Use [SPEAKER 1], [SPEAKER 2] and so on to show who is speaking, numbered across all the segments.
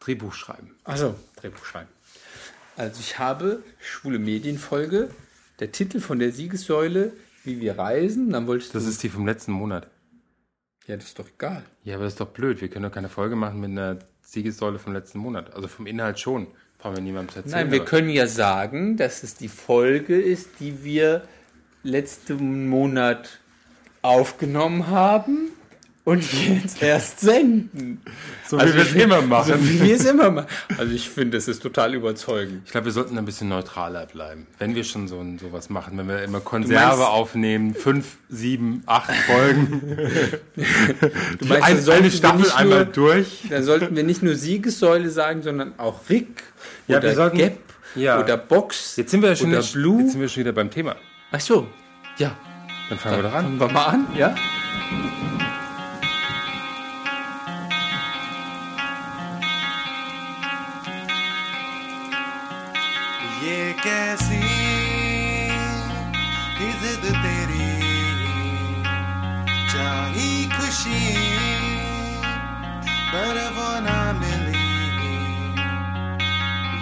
[SPEAKER 1] Drehbuch schreiben.
[SPEAKER 2] Also, Drehbuch schreiben. Also ich habe Schwule Medienfolge, der Titel von der Siegessäule, wie wir reisen, dann wolltest
[SPEAKER 1] Das
[SPEAKER 2] du...
[SPEAKER 1] ist die vom letzten Monat.
[SPEAKER 2] Ja, das ist doch egal.
[SPEAKER 1] Ja, aber das ist doch blöd. Wir können doch keine Folge machen mit einer Siegessäule vom letzten Monat. Also vom Inhalt schon. Brauchen wir niemandem zu erzählen.
[SPEAKER 2] Nein, wir
[SPEAKER 1] aber-
[SPEAKER 2] können ja sagen, dass es die Folge ist, die wir letzten Monat aufgenommen haben und jetzt erst senden. Also
[SPEAKER 1] So wie wir es immer machen.
[SPEAKER 2] So wie wir es immer machen. Also ich finde, das ist total überzeugend.
[SPEAKER 1] Ich glaube, wir sollten ein bisschen neutraler bleiben. Wenn wir schon so ein, sowas machen, wenn wir immer
[SPEAKER 2] Du
[SPEAKER 1] Konserve
[SPEAKER 2] meinst-
[SPEAKER 1] aufnehmen, fünf, sieben, acht Folgen,
[SPEAKER 2] Du meinst,
[SPEAKER 1] eine,
[SPEAKER 2] dann sollten
[SPEAKER 1] eine
[SPEAKER 2] wir
[SPEAKER 1] Staffel
[SPEAKER 2] nicht
[SPEAKER 1] einmal
[SPEAKER 2] nur,
[SPEAKER 1] durch.
[SPEAKER 2] Dann sollten wir nicht nur Siegessäule sagen, sondern auch Rick
[SPEAKER 1] Ja,
[SPEAKER 2] oder
[SPEAKER 1] wir sollten-
[SPEAKER 2] Gap
[SPEAKER 1] ja.
[SPEAKER 2] oder Box.
[SPEAKER 1] Jetzt sind wir ja schon,
[SPEAKER 2] oder
[SPEAKER 1] jetzt
[SPEAKER 2] Blue.
[SPEAKER 1] sind wir schon wieder beim Thema.
[SPEAKER 2] Ach so, ja.
[SPEAKER 1] Dann fangen wir doch an.
[SPEAKER 2] Fangen wir mal an, ja?
[SPEAKER 3] ये कैसी इज्जत तेरी चाही खुशी पर वो ना मिली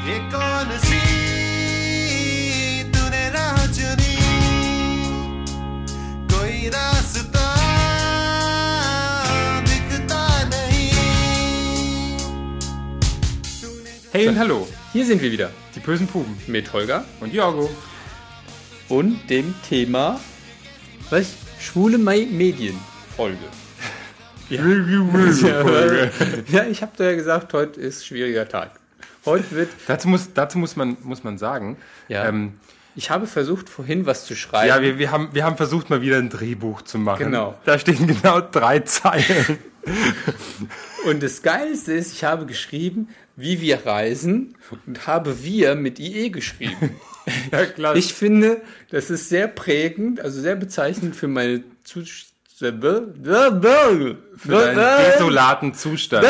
[SPEAKER 3] ये कौन सी तूने राह चुनी कोई रास्ता दिखता नहीं तूने जो
[SPEAKER 2] Hey
[SPEAKER 1] Dann
[SPEAKER 2] und
[SPEAKER 1] hallo,
[SPEAKER 2] hier sind wir wieder
[SPEAKER 1] die bösen Puben
[SPEAKER 2] mit Holger.
[SPEAKER 1] und Jorgo.
[SPEAKER 2] und dem Thema was schwule Me Medien Folge.
[SPEAKER 1] Folge.
[SPEAKER 2] ja, ich habe ja gesagt, heute ist schwieriger Tag. Heute wird
[SPEAKER 1] Dazu muss, dazu muss man, muss man sagen,
[SPEAKER 2] Ja.
[SPEAKER 1] ähm,
[SPEAKER 2] ich habe versucht vorhin was zu schreiben.
[SPEAKER 1] ja, wir, wir, haben, wir haben versucht, mal wieder ein Drehbuch zu machen.
[SPEAKER 2] Genau.
[SPEAKER 1] Da stehen genau drei Zeilen.
[SPEAKER 2] und das geilste ist, ich habe geschrieben, wie wir reisen und habe wir mit IE geschrieben.
[SPEAKER 1] ja, klar.
[SPEAKER 2] Ich finde, das ist sehr prägend, also sehr bezeichnend für meine Zustände.
[SPEAKER 1] für deinen desolaten Zustand.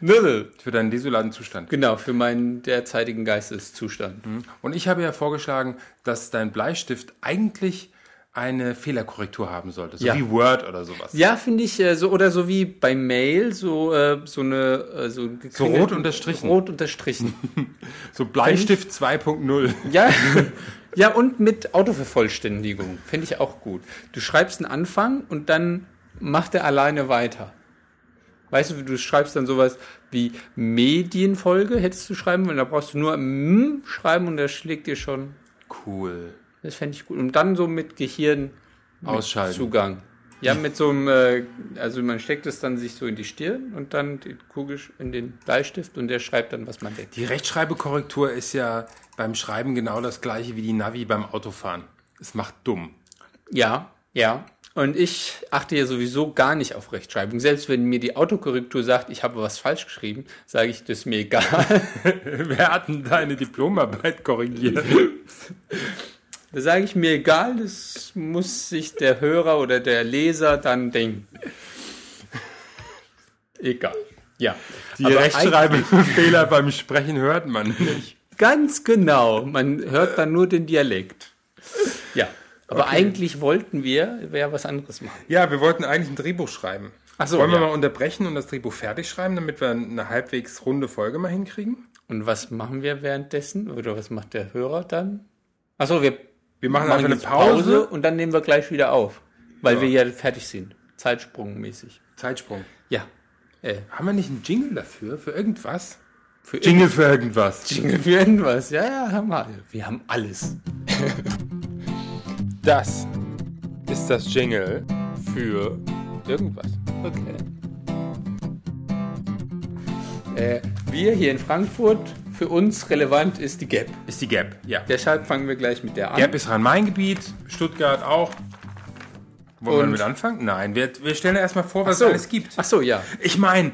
[SPEAKER 1] Für deinen desolaten Zustand.
[SPEAKER 2] Genau, für meinen derzeitigen Geisteszustand.
[SPEAKER 1] Und ich habe ja vorgeschlagen, dass dein Bleistift eigentlich eine Fehlerkorrektur haben sollte, so
[SPEAKER 2] Ja.
[SPEAKER 1] wie Word oder sowas.
[SPEAKER 2] Ja, finde ich äh, so oder so wie bei Mail so äh, so eine äh, so, ein
[SPEAKER 1] So rot unterstrichen.
[SPEAKER 2] Rot unterstrichen.
[SPEAKER 1] So Bleistift 2.0.
[SPEAKER 2] ja. Ja, und mit Autovervollständigung. Finde ich auch gut. Du schreibst einen Anfang und dann macht er alleine weiter. Weißt du, du schreibst dann sowas wie Medienfolge, hättest du schreiben wollen, da brauchst du nur M schreiben und der schlägt dir schon.
[SPEAKER 1] Cool.
[SPEAKER 2] Das fände ich gut. Und dann so mit Gehirn
[SPEAKER 1] Ausschalten.
[SPEAKER 2] Zugang. Ja, mit so einem, äh, also man steckt es dann sich so in die Stirn und dann die Kugel sch- in den Bleistift und der schreibt dann, was man denkt.
[SPEAKER 1] Die Rechtschreibekorrektur ist ja beim Schreiben genau das gleiche wie die Navi beim Autofahren. Es macht dumm.
[SPEAKER 2] Ja, ja. Und ich achte ja sowieso gar nicht auf Rechtschreibung. Selbst wenn mir die Autokorrektur sagt, ich habe was falsch geschrieben, sage ich, das ist mir egal.
[SPEAKER 1] Wer hat denn deine Diplomarbeit korrigiert?
[SPEAKER 2] Da sage ich mir egal, das muss sich der Hörer oder der Leser dann denken. Egal. Ja.
[SPEAKER 1] Die
[SPEAKER 2] Aber
[SPEAKER 1] Rechtschreibfehler beim Sprechen hört man nicht.
[SPEAKER 2] Ganz genau. Man hört dann nur den Dialekt. Ja. Aber eigentlich wollten wir ja was anderes machen.
[SPEAKER 1] Ja, wir wollten eigentlich ein Drehbuch schreiben.
[SPEAKER 2] Ach so,
[SPEAKER 1] Wollen wir
[SPEAKER 2] ja.
[SPEAKER 1] mal unterbrechen und das Drehbuch fertig schreiben, damit wir eine halbwegs runde Folge mal hinkriegen?
[SPEAKER 2] Und was machen wir währenddessen? Oder was macht der Hörer dann? Achso, wir
[SPEAKER 1] Wir machen, einfach
[SPEAKER 2] jetzt
[SPEAKER 1] eine Pause.
[SPEAKER 2] und dann nehmen wir gleich wieder auf. Weil wir ja fertig sind. Zeitsprungmäßig.
[SPEAKER 1] Zeitsprung.
[SPEAKER 2] Ja. Äh,
[SPEAKER 1] Haben wir nicht einen Jingle dafür? Für irgendwas?
[SPEAKER 2] für
[SPEAKER 1] für irgendwas.
[SPEAKER 2] Jingle für irgendwas. Ja, ja, haben wir. alle. Wir haben alles.
[SPEAKER 1] Das ist das Jingle für irgendwas.
[SPEAKER 2] Okay. Äh, wir hier in Frankfurt, für uns relevant ist die Gap.
[SPEAKER 1] Ist die Gap, ja.
[SPEAKER 2] Deshalb fangen wir gleich mit der an.
[SPEAKER 1] Gap ist Rhein-Main-Gebiet, Stuttgart auch. Wollen wir
[SPEAKER 2] Und-
[SPEAKER 1] damit anfangen? Nein, wir, wir stellen erstmal vor, was
[SPEAKER 2] so.
[SPEAKER 1] es alles gibt.
[SPEAKER 2] Ach so, ja.
[SPEAKER 1] Ich meine,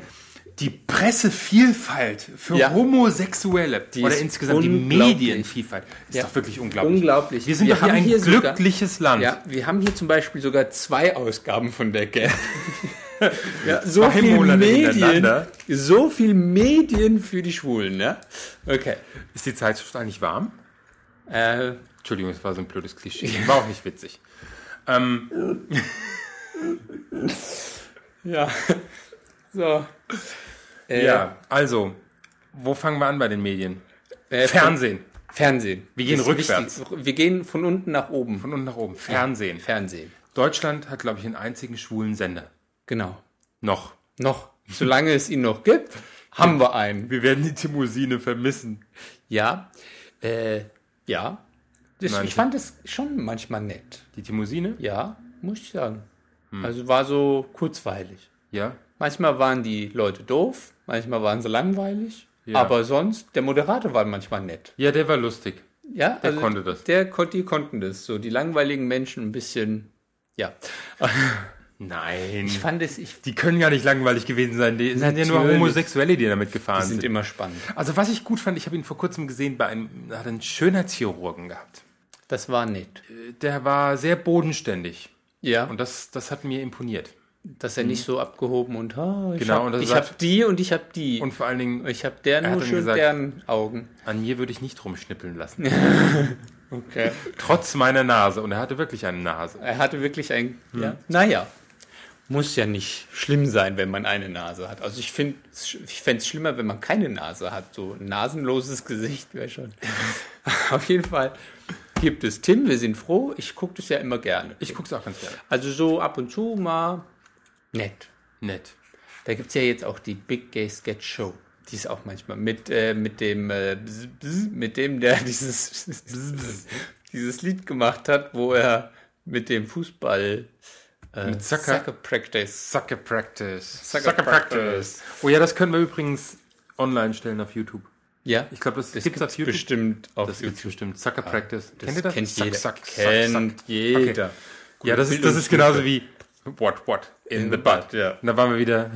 [SPEAKER 1] die Pressevielfalt für
[SPEAKER 2] Ja.
[SPEAKER 1] Homosexuelle oder
[SPEAKER 2] ist
[SPEAKER 1] insgesamt die
[SPEAKER 2] unglaublich.
[SPEAKER 1] Medienvielfalt ist
[SPEAKER 2] Ja.
[SPEAKER 1] doch wirklich unglaublich.
[SPEAKER 2] Unglaublich.
[SPEAKER 1] Wir sind
[SPEAKER 2] Wir
[SPEAKER 1] doch hier
[SPEAKER 2] haben
[SPEAKER 1] ein
[SPEAKER 2] hier sogar-
[SPEAKER 1] glückliches Land.
[SPEAKER 2] Ja, wir haben hier zum Beispiel sogar zwei Ausgaben von der Gap. ja, so
[SPEAKER 1] Zwei
[SPEAKER 2] viel
[SPEAKER 1] Monate
[SPEAKER 2] Medien,
[SPEAKER 1] hintereinander.
[SPEAKER 2] so viel Medien für die Schwulen, ne? Okay.
[SPEAKER 1] Ist die Zeitschrift eigentlich warm?
[SPEAKER 2] Äh,
[SPEAKER 1] Entschuldigung, es war so ein blödes Klischee. War auch nicht witzig. Ähm,
[SPEAKER 2] ja. So. Äh,
[SPEAKER 1] ja, also, wo fangen wir an bei den Medien?
[SPEAKER 2] äh,
[SPEAKER 1] Fernsehen.
[SPEAKER 2] Fernsehen.
[SPEAKER 1] Wir gehen
[SPEAKER 2] Das ist
[SPEAKER 1] rückwärts.
[SPEAKER 2] wichtig. Wir gehen von unten nach oben.
[SPEAKER 1] Von unten nach oben. Fernsehen.
[SPEAKER 2] Fernsehen.
[SPEAKER 1] Deutschland hat, glaube ich, einen einzigen schwulen Sender.
[SPEAKER 2] Genau.
[SPEAKER 1] Noch.
[SPEAKER 2] Noch. Solange es ihn noch gibt, haben wir einen.
[SPEAKER 1] Wir werden die Timousine vermissen.
[SPEAKER 2] Ja. Äh, ja. Das,
[SPEAKER 1] Nein,
[SPEAKER 2] ich fand es schon manchmal nett.
[SPEAKER 1] Die Timousine?
[SPEAKER 2] Ja, muss ich sagen. Also war so kurzweilig.
[SPEAKER 1] Ja.
[SPEAKER 2] Manchmal waren die Leute doof, manchmal waren sie langweilig.
[SPEAKER 1] Ja.
[SPEAKER 2] Aber sonst, der Moderator war manchmal nett.
[SPEAKER 1] Ja, der war lustig.
[SPEAKER 2] Ja, der
[SPEAKER 1] konnte das.
[SPEAKER 2] Der, kon- die konnten das. So, die langweiligen Menschen ein bisschen, ja.
[SPEAKER 1] Nein.
[SPEAKER 2] Ich fand es, ich
[SPEAKER 1] die können ja nicht langweilig gewesen sein. Die sind ja nur
[SPEAKER 2] Natürlich.
[SPEAKER 1] Homosexuelle, die damit gefahren
[SPEAKER 2] sind
[SPEAKER 1] sind.
[SPEAKER 2] immer spannend.
[SPEAKER 1] Also was ich gut fand, ich habe ihn vor kurzem gesehen bei einem, er hat einen Schönheitschirurgen gehabt.
[SPEAKER 2] Das war nett.
[SPEAKER 1] Der war sehr bodenständig
[SPEAKER 2] Ja,
[SPEAKER 1] und das, das hat mir imponiert.
[SPEAKER 2] dass er nicht so abgehoben und, oh, ich
[SPEAKER 1] Genau,
[SPEAKER 2] hab,
[SPEAKER 1] und das
[SPEAKER 2] ich
[SPEAKER 1] sagt-
[SPEAKER 2] hab die und ich hab die.
[SPEAKER 1] Und vor allen Dingen,
[SPEAKER 2] ich hab deren
[SPEAKER 1] Er hat
[SPEAKER 2] nur
[SPEAKER 1] dann
[SPEAKER 2] schön
[SPEAKER 1] gesagt-
[SPEAKER 2] deren Augen.
[SPEAKER 1] an mir würde ich nicht rumschnippeln lassen.
[SPEAKER 2] Okay.
[SPEAKER 1] Trotz meiner Nase. Und er hatte wirklich eine Nase.
[SPEAKER 2] Er hatte wirklich ein, ja, naja. Hm. Muss ja nicht schlimm sein, wenn man eine Nase hat. Also ich finde, ich fände es schlimmer, wenn man keine Nase hat. So ein nasenloses Gesicht wäre schon. Auf jeden Fall gibt es Tim, wir sind froh. Ich gucke das ja immer gerne.
[SPEAKER 1] Ich gucke es auch ganz gerne.
[SPEAKER 2] Also so ab und zu mal nett.
[SPEAKER 1] Nett.
[SPEAKER 2] Da gibt es ja jetzt auch die Big Gay Sketch Show. Die ist auch manchmal mit, äh, mit dem, äh, bzz, bzz, mit dem, der dieses, dieses Lied gemacht hat, wo er mit dem Fußball äh,
[SPEAKER 1] Mit Zucker.
[SPEAKER 2] Practice.
[SPEAKER 1] Sucker Practice.
[SPEAKER 2] Sucker
[SPEAKER 1] Oh ja, das können wir übrigens online stellen auf YouTube.
[SPEAKER 2] Ja,
[SPEAKER 1] Ich glaube, das,
[SPEAKER 2] das
[SPEAKER 1] gibt's
[SPEAKER 2] gibt's
[SPEAKER 1] auf YouTube.
[SPEAKER 2] bestimmt auf
[SPEAKER 1] Das gibt's
[SPEAKER 2] YouTube. Ah,
[SPEAKER 1] bestimmt. Sucker Practice.
[SPEAKER 2] Das
[SPEAKER 1] Ah. Kennt ihr das?
[SPEAKER 2] Kennt
[SPEAKER 1] Suck,
[SPEAKER 2] jeder.
[SPEAKER 1] suck, suck,
[SPEAKER 2] kennt
[SPEAKER 1] suck.
[SPEAKER 2] jeder.
[SPEAKER 1] Okay. Ja, das ist, das ist
[SPEAKER 2] Bildungslücke.
[SPEAKER 1] genauso wie What, what? In, the butt.
[SPEAKER 2] ja.
[SPEAKER 1] Und da waren wir wieder,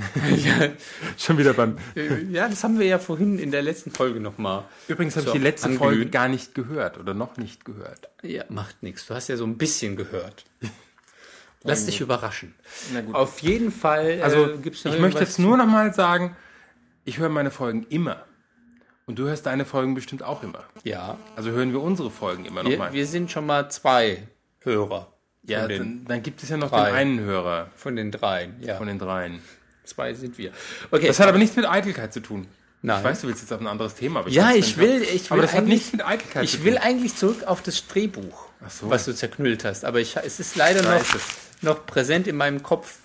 [SPEAKER 1] schon wieder beim.
[SPEAKER 2] Äh, Ja, das haben wir ja vorhin in der letzten Folge nochmal.
[SPEAKER 1] Übrigens habe
[SPEAKER 2] So, Äh,
[SPEAKER 1] ich die letzte
[SPEAKER 2] anglühen.
[SPEAKER 1] Folge gar nicht gehört oder noch nicht gehört.
[SPEAKER 2] Ja, macht nichts. Du hast ja so ein bisschen gehört. Lass dich überraschen.
[SPEAKER 1] Na gut.
[SPEAKER 2] Auf jeden Fall. äh,
[SPEAKER 1] Also,
[SPEAKER 2] gibt's noch
[SPEAKER 1] ich möchte
[SPEAKER 2] irgendwas
[SPEAKER 1] jetzt nur noch mal sagen, ich höre meine Folgen immer. Und du hörst deine Folgen bestimmt auch immer.
[SPEAKER 2] zu- Ja,
[SPEAKER 1] Also hören wir unsere Folgen immer noch
[SPEAKER 2] wir,
[SPEAKER 1] mal.
[SPEAKER 2] wir sind schon mal zwei Hörer.
[SPEAKER 1] ja,
[SPEAKER 2] von, den,
[SPEAKER 1] dann, dann gibt es ja noch
[SPEAKER 2] drei.
[SPEAKER 1] den einen Hörer
[SPEAKER 2] von den dreien. Ja,
[SPEAKER 1] von den dreien.
[SPEAKER 2] zwei sind wir. Okay.
[SPEAKER 1] Das hat aber nichts mit Eitelkeit zu tun.
[SPEAKER 2] Nein.
[SPEAKER 1] Ich weiß, du willst jetzt auf ein anderes Thema. Aber
[SPEAKER 2] ja,
[SPEAKER 1] weiß
[SPEAKER 2] ich
[SPEAKER 1] nicht, ob-
[SPEAKER 2] will, ich will
[SPEAKER 1] Aber das hat
[SPEAKER 2] eigentlich-
[SPEAKER 1] nichts mit Eitelkeit zu
[SPEAKER 2] Ich
[SPEAKER 1] tun.
[SPEAKER 2] will eigentlich zurück auf das Drehbuch,
[SPEAKER 1] so.
[SPEAKER 2] was du zerknüllt hast. Aber ich, es ist leider
[SPEAKER 1] Da
[SPEAKER 2] noch,
[SPEAKER 1] ist es.
[SPEAKER 2] noch präsent in meinem Kopf.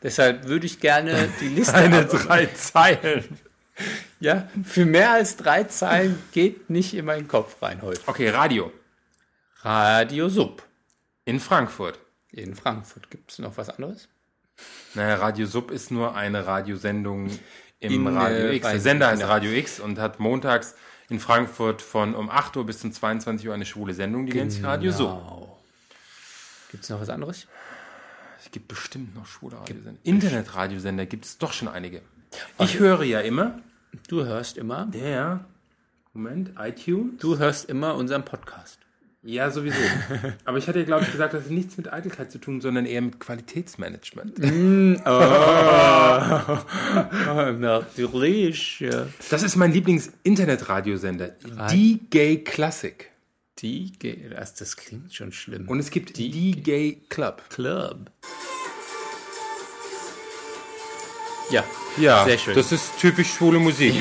[SPEAKER 2] Deshalb würde ich gerne die Liste.
[SPEAKER 1] Eine
[SPEAKER 2] ab-
[SPEAKER 1] drei Zeilen.
[SPEAKER 2] ja, für mehr als drei Zeilen geht nicht in meinen Kopf rein heute.
[SPEAKER 1] Okay, Radio.
[SPEAKER 2] Radio Sub.
[SPEAKER 1] In Frankfurt.
[SPEAKER 2] In Frankfurt gibt es noch was anderes?
[SPEAKER 1] Naja, Radio Sub ist nur eine Radiosendung im
[SPEAKER 2] In,
[SPEAKER 1] Radio
[SPEAKER 2] äh,
[SPEAKER 1] X.
[SPEAKER 2] bei-
[SPEAKER 1] Der Sender heißt
[SPEAKER 2] genau.
[SPEAKER 1] Radio X und hat montags in Frankfurt von um 8 Uhr bis zum 22 Uhr eine schwule Sendung, die nennt
[SPEAKER 2] Genau.
[SPEAKER 1] sich Radio Sub.
[SPEAKER 2] Wow. Gibt es noch was anderes?
[SPEAKER 1] Es gibt bestimmt noch schwule Radiosender. Internetradiosender gibt es doch schon einige. Ich höre ja immer.
[SPEAKER 2] Du hörst immer,
[SPEAKER 1] Der. Moment, iTunes.
[SPEAKER 2] du hörst immer unseren Podcast.
[SPEAKER 1] Ja, sowieso. Aber ich hatte ja, glaube ich, gesagt, das hat nichts mit Eitelkeit zu tun, sondern eher mit Qualitätsmanagement.
[SPEAKER 2] Natürlich. ja.
[SPEAKER 1] Das ist mein Lieblings-Internetradiosender, die Gay Classic.
[SPEAKER 2] Die, Ge- das, das klingt schon schlimm.
[SPEAKER 1] Und es gibt die, Gay Club.
[SPEAKER 2] Club. Ja,
[SPEAKER 1] Ja,
[SPEAKER 2] sehr schön.
[SPEAKER 1] das ist typisch schwule Musik.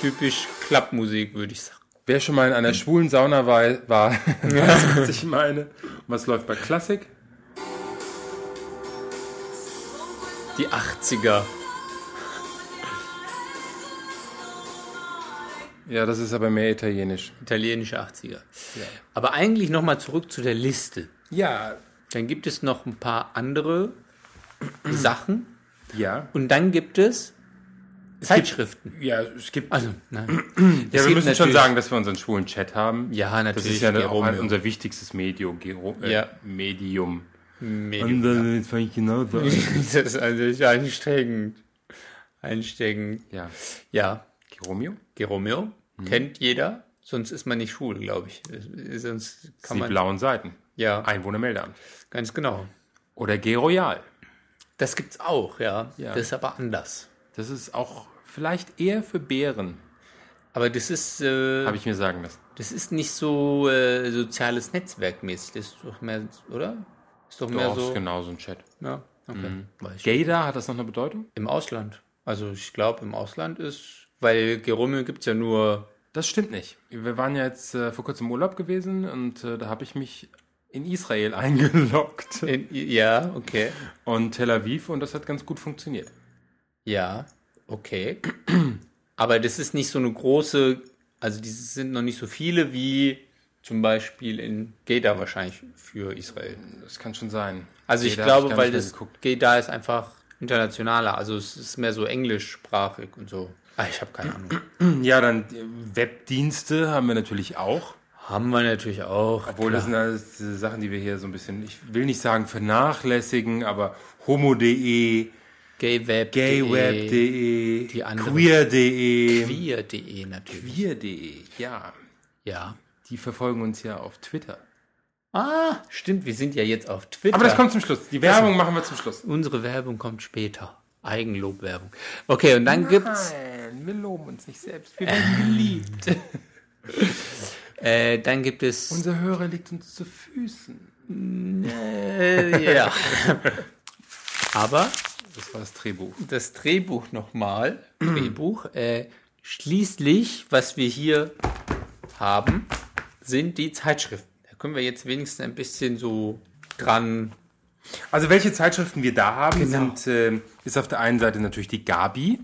[SPEAKER 2] typisch Clubmusik, würde ich sagen.
[SPEAKER 1] Wer schon mal in einer schwulen Sauna war, war weiß, was ich meine. Was läuft bei Classic?
[SPEAKER 2] Die 80er.
[SPEAKER 1] Ja, das ist aber mehr italienisch.
[SPEAKER 2] Italienische 80er. Aber eigentlich nochmal zurück zu der Liste.
[SPEAKER 1] Ja,
[SPEAKER 2] Dann gibt es noch ein paar andere Sachen.
[SPEAKER 1] ja.
[SPEAKER 2] Und dann gibt es Zeitschriften.
[SPEAKER 1] Ja, es gibt.
[SPEAKER 2] Also, nein.
[SPEAKER 1] ja, wir
[SPEAKER 2] gibt
[SPEAKER 1] müssen schon
[SPEAKER 2] natürlich-
[SPEAKER 1] sagen, dass wir unseren schwulen Chat haben.
[SPEAKER 2] Ja,
[SPEAKER 1] Das ist
[SPEAKER 2] natürlich,
[SPEAKER 1] ja auch
[SPEAKER 2] Jerome.
[SPEAKER 1] ein, unser wichtigstes Medium. Gero, äh,
[SPEAKER 2] Ja.
[SPEAKER 1] Medium.
[SPEAKER 2] Medium.
[SPEAKER 1] jetzt fange ich genauso an.
[SPEAKER 2] das ist eigentlich ansteckend. Ansteckend.
[SPEAKER 1] Ja.
[SPEAKER 2] Ja,
[SPEAKER 1] Geromeo?
[SPEAKER 2] Geromeo kennt jeder. Sonst ist man nicht schwul, glaube ich. Äh, Sonst kann
[SPEAKER 1] Die
[SPEAKER 2] man.
[SPEAKER 1] blauen Seiten.
[SPEAKER 2] Ja,
[SPEAKER 1] Einwohnermeldeamt.
[SPEAKER 2] ganz genau.
[SPEAKER 1] Oder G-Royal.
[SPEAKER 2] Das gibt's auch, ja.
[SPEAKER 1] Ja.
[SPEAKER 2] Das ist aber anders.
[SPEAKER 1] Das ist auch vielleicht eher für Bären,
[SPEAKER 2] Aber das ist, äh,
[SPEAKER 1] habe ich mir sagen lassen.
[SPEAKER 2] das ist nicht so äh, soziales Netzwerkmäßig. Das ist doch mehr, oder? Ist doch Mhm. mehr
[SPEAKER 1] Doch,
[SPEAKER 2] so.
[SPEAKER 1] ist genau so ein Chat.
[SPEAKER 2] Ja, okay. Weiß ich.
[SPEAKER 1] Gaydar, hat das noch eine Bedeutung?
[SPEAKER 2] Im Ausland. Also ich glaube, im Ausland ist, weil Gerummel gibt es ja nur.
[SPEAKER 1] Das stimmt nicht. Wir waren ja jetzt äh, vor kurzem im Urlaub gewesen und äh, da habe ich mich in Israel eingeloggt
[SPEAKER 2] In, ja, okay.
[SPEAKER 1] und Tel Aviv und das hat ganz gut funktioniert.
[SPEAKER 2] Ja, okay. Aber das ist nicht so eine große, also diese sind noch nicht so viele wie zum Beispiel in Geda wahrscheinlich für Israel.
[SPEAKER 1] Das kann schon sein.
[SPEAKER 2] Also ich
[SPEAKER 1] Jeder hat
[SPEAKER 2] glaube,
[SPEAKER 1] gar
[SPEAKER 2] weil
[SPEAKER 1] nicht mehr
[SPEAKER 2] das
[SPEAKER 1] geguckt.
[SPEAKER 2] Geda ist einfach internationaler, also es ist mehr so englischsprachig und so. Ah, ich habe keine Ahnung.
[SPEAKER 1] Ja, dann äh, Webdienste haben wir natürlich auch.
[SPEAKER 2] Haben wir natürlich auch.
[SPEAKER 1] Obwohl, das sind alles diese Sachen, die wir hier so ein bisschen, ich will nicht sagen vernachlässigen, aber homo.de,
[SPEAKER 2] Gayweb. E.
[SPEAKER 1] gayweb.de,
[SPEAKER 2] die andere-
[SPEAKER 1] queer.de,
[SPEAKER 2] Queer.de E natürlich.
[SPEAKER 1] queer.de, ja.
[SPEAKER 2] Ja.
[SPEAKER 1] Die verfolgen uns ja auf Twitter.
[SPEAKER 2] Ah, stimmt, wir sind ja jetzt auf Twitter.
[SPEAKER 1] Aber das kommt zum Schluss. Die Werbung machen wir zum Schluss.
[SPEAKER 2] Unsere Werbung kommt später. Eigenlobwerbung. Okay, und dann gibt's
[SPEAKER 1] Nein, wir loben uns nicht selbst. Wir werden geliebt.
[SPEAKER 2] äh, dann gibt es
[SPEAKER 1] Unser Hörer liegt uns zu Füßen.
[SPEAKER 2] äh, ja. Aber
[SPEAKER 1] Das war das Drehbuch.
[SPEAKER 2] das Drehbuch nochmal. Drehbuch. Äh, schließlich, was wir hier haben, sind die Zeitschriften. Da können wir jetzt wenigstens ein bisschen so dran.
[SPEAKER 1] Also welche Zeitschriften wir da haben,
[SPEAKER 2] Genau.
[SPEAKER 1] sind, äh, ist auf der einen Seite natürlich die Gabi.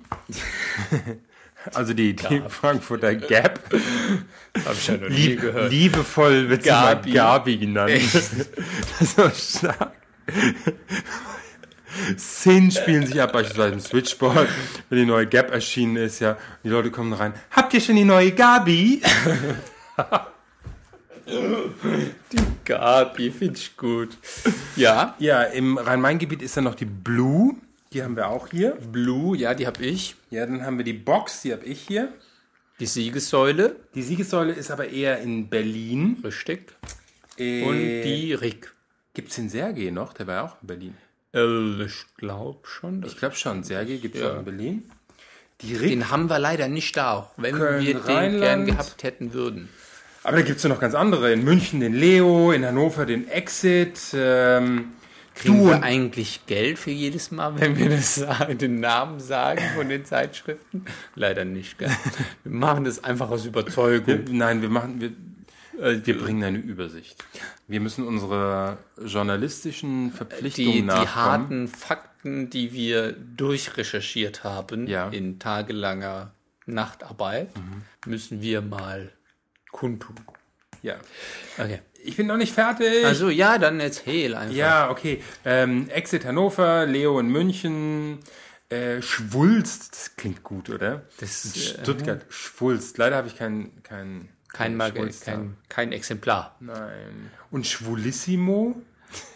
[SPEAKER 1] also die, die Frankfurter Gap.
[SPEAKER 2] Hab ich ja noch
[SPEAKER 1] Lieb, liebevoll wird sie mal
[SPEAKER 2] Gabi.
[SPEAKER 1] Gabi genannt. das war stark. Szenen spielen sich ab, beispielsweise im Switchboard, wenn die neue Gap erschienen ist, ja. Die Leute kommen rein. Habt ihr schon die neue Gabi?
[SPEAKER 2] Gabi, finde ah, ich gut. Ja.
[SPEAKER 1] Ja, im Rhein-Main-Gebiet ist dann noch die Blue. Die haben wir auch hier.
[SPEAKER 2] Blue, ja, die habe ich.
[SPEAKER 1] Ja, dann haben wir die Box, die habe ich hier.
[SPEAKER 2] Die Siegessäule.
[SPEAKER 1] Die Siegessäule ist aber eher in Berlin.
[SPEAKER 2] Richtig.
[SPEAKER 1] Äh,
[SPEAKER 2] Und die Rick.
[SPEAKER 1] Gibt es den Sergei noch? Der war ja auch in Berlin.
[SPEAKER 2] Äh, ich glaube schon. dass-
[SPEAKER 1] Ich glaube schon, Sergei gibt es
[SPEAKER 2] Ja.
[SPEAKER 1] auch in Berlin. Die Rick,
[SPEAKER 2] den haben wir leider nicht da, auch wenn
[SPEAKER 1] Köln,
[SPEAKER 2] wir den gern
[SPEAKER 1] Rheinland.
[SPEAKER 2] gehabt hätten würden.
[SPEAKER 1] aber da gibt es ja noch ganz andere. In München den Leo, in Hannover den Exit. Ähm,
[SPEAKER 2] Kriegen
[SPEAKER 1] du
[SPEAKER 2] wir
[SPEAKER 1] und
[SPEAKER 2] eigentlich Geld für jedes Mal, wenn wir das, sagen- den Namen sagen von den Zeitschriften? Leider nicht, gell? Wir machen das einfach aus Überzeugung.
[SPEAKER 1] Nein, wir machen, wir, äh, wir bringen eine Übersicht. Wir müssen unsere journalistischen Verpflichtungen
[SPEAKER 2] Die, die
[SPEAKER 1] nachkommen.
[SPEAKER 2] harten Fakten, die wir durchrecherchiert haben
[SPEAKER 1] Ja. Mhm.
[SPEAKER 2] in tagelanger Nachtarbeit, müssen wir mal kundtun.
[SPEAKER 1] Ja.
[SPEAKER 2] Okay.
[SPEAKER 1] Ich bin noch nicht fertig.
[SPEAKER 2] Also ja, dann erzähl einfach.
[SPEAKER 1] ja, okay. Ähm, Exit Hannover, Leo in München, äh, Schwulst, das klingt gut, oder?
[SPEAKER 2] Das,
[SPEAKER 1] In
[SPEAKER 2] äh,
[SPEAKER 1] Stuttgart, Schwulst. Leider habe ich keinen. ähm, Kein,
[SPEAKER 2] Kein, Mag
[SPEAKER 1] Schwulst
[SPEAKER 2] kein, kein Exemplar.
[SPEAKER 1] da. Nein. Und Schwulissimo?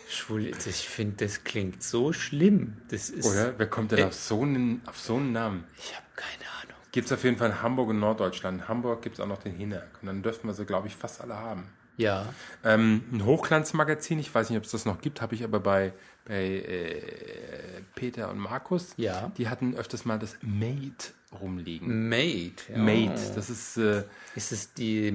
[SPEAKER 2] Schwul, ich finde, das klingt so schlimm. Das ist.
[SPEAKER 1] Oder? Wer kommt denn auf so einen, auf so einen Namen?
[SPEAKER 2] Ich habe keine Ahnung.
[SPEAKER 1] Gibt es auf jeden Fall in Hamburg und Norddeutschland. In Hamburg gibt es auch noch den Hinak. Und dann dürften wir sie, glaube ich, fast alle haben.
[SPEAKER 2] Ja.
[SPEAKER 1] Ähm, ein Hochglanzmagazin, ich weiß nicht, ob es das noch gibt, habe ich aber bei, bei äh, Peter und Markus.
[SPEAKER 2] Ja.
[SPEAKER 1] Die hatten öfters mal das Mate rumliegen.
[SPEAKER 2] Made. Ja.
[SPEAKER 1] Mate, das ist äh,
[SPEAKER 2] Ist es die. Äh,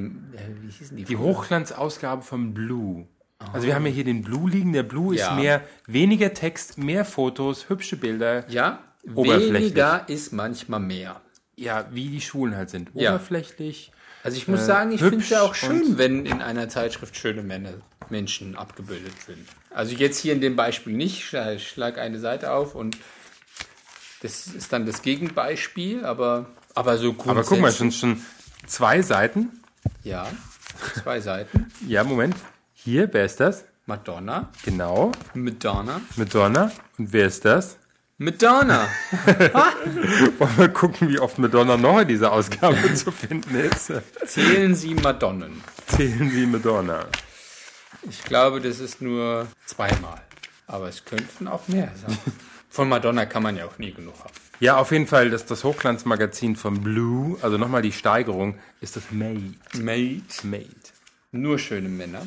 [SPEAKER 2] wie hießen die?
[SPEAKER 1] die Hochglanzausgabe von Blue. Also wir haben ja hier den Blue liegen. Der Blue
[SPEAKER 2] Ja.
[SPEAKER 1] ist mehr, weniger Text, mehr Fotos, hübsche Bilder.
[SPEAKER 2] Ja.
[SPEAKER 1] Oberflächlich.
[SPEAKER 2] Weniger ist manchmal mehr.
[SPEAKER 1] Ja, wie die Schwulen halt sind.
[SPEAKER 2] Ja.
[SPEAKER 1] Oberflächlich.
[SPEAKER 2] Also ich muss sagen, ich finde
[SPEAKER 1] Äh,
[SPEAKER 2] es
[SPEAKER 1] hübsch
[SPEAKER 2] ja auch schön,
[SPEAKER 1] und-
[SPEAKER 2] wenn in einer Zeitschrift schöne Männer, Menschen abgebildet sind. Also jetzt hier in dem Beispiel nicht. Ich schlag eine Seite auf und das ist dann das Gegenbeispiel, aber, aber so cool.
[SPEAKER 1] Aber guck mal, schon, schon zwei Seiten.
[SPEAKER 2] Ja, zwei Seiten.
[SPEAKER 1] Ja, Moment. Hier, wer ist das?
[SPEAKER 2] Madonna,
[SPEAKER 1] Genau,
[SPEAKER 2] Madonna,
[SPEAKER 1] Madonna. Und wer ist das?
[SPEAKER 2] Madonna.
[SPEAKER 1] Wollen wir gucken, wie oft Madonna noch in dieser Ausgabe zu finden ist?
[SPEAKER 2] Zählen Sie Madonnen.
[SPEAKER 1] Zählen Sie Madonna.
[SPEAKER 2] Ich glaube, das ist nur zweimal. Aber es könnten auch mehr sein. Von Madonna kann man ja auch nie genug haben.
[SPEAKER 1] Ja, auf jeden Fall, das, das Hochglanzmagazin von Blue, also nochmal die Steigerung, ist das Made.
[SPEAKER 2] Mate.
[SPEAKER 1] Made.
[SPEAKER 2] Nur schöne Männer.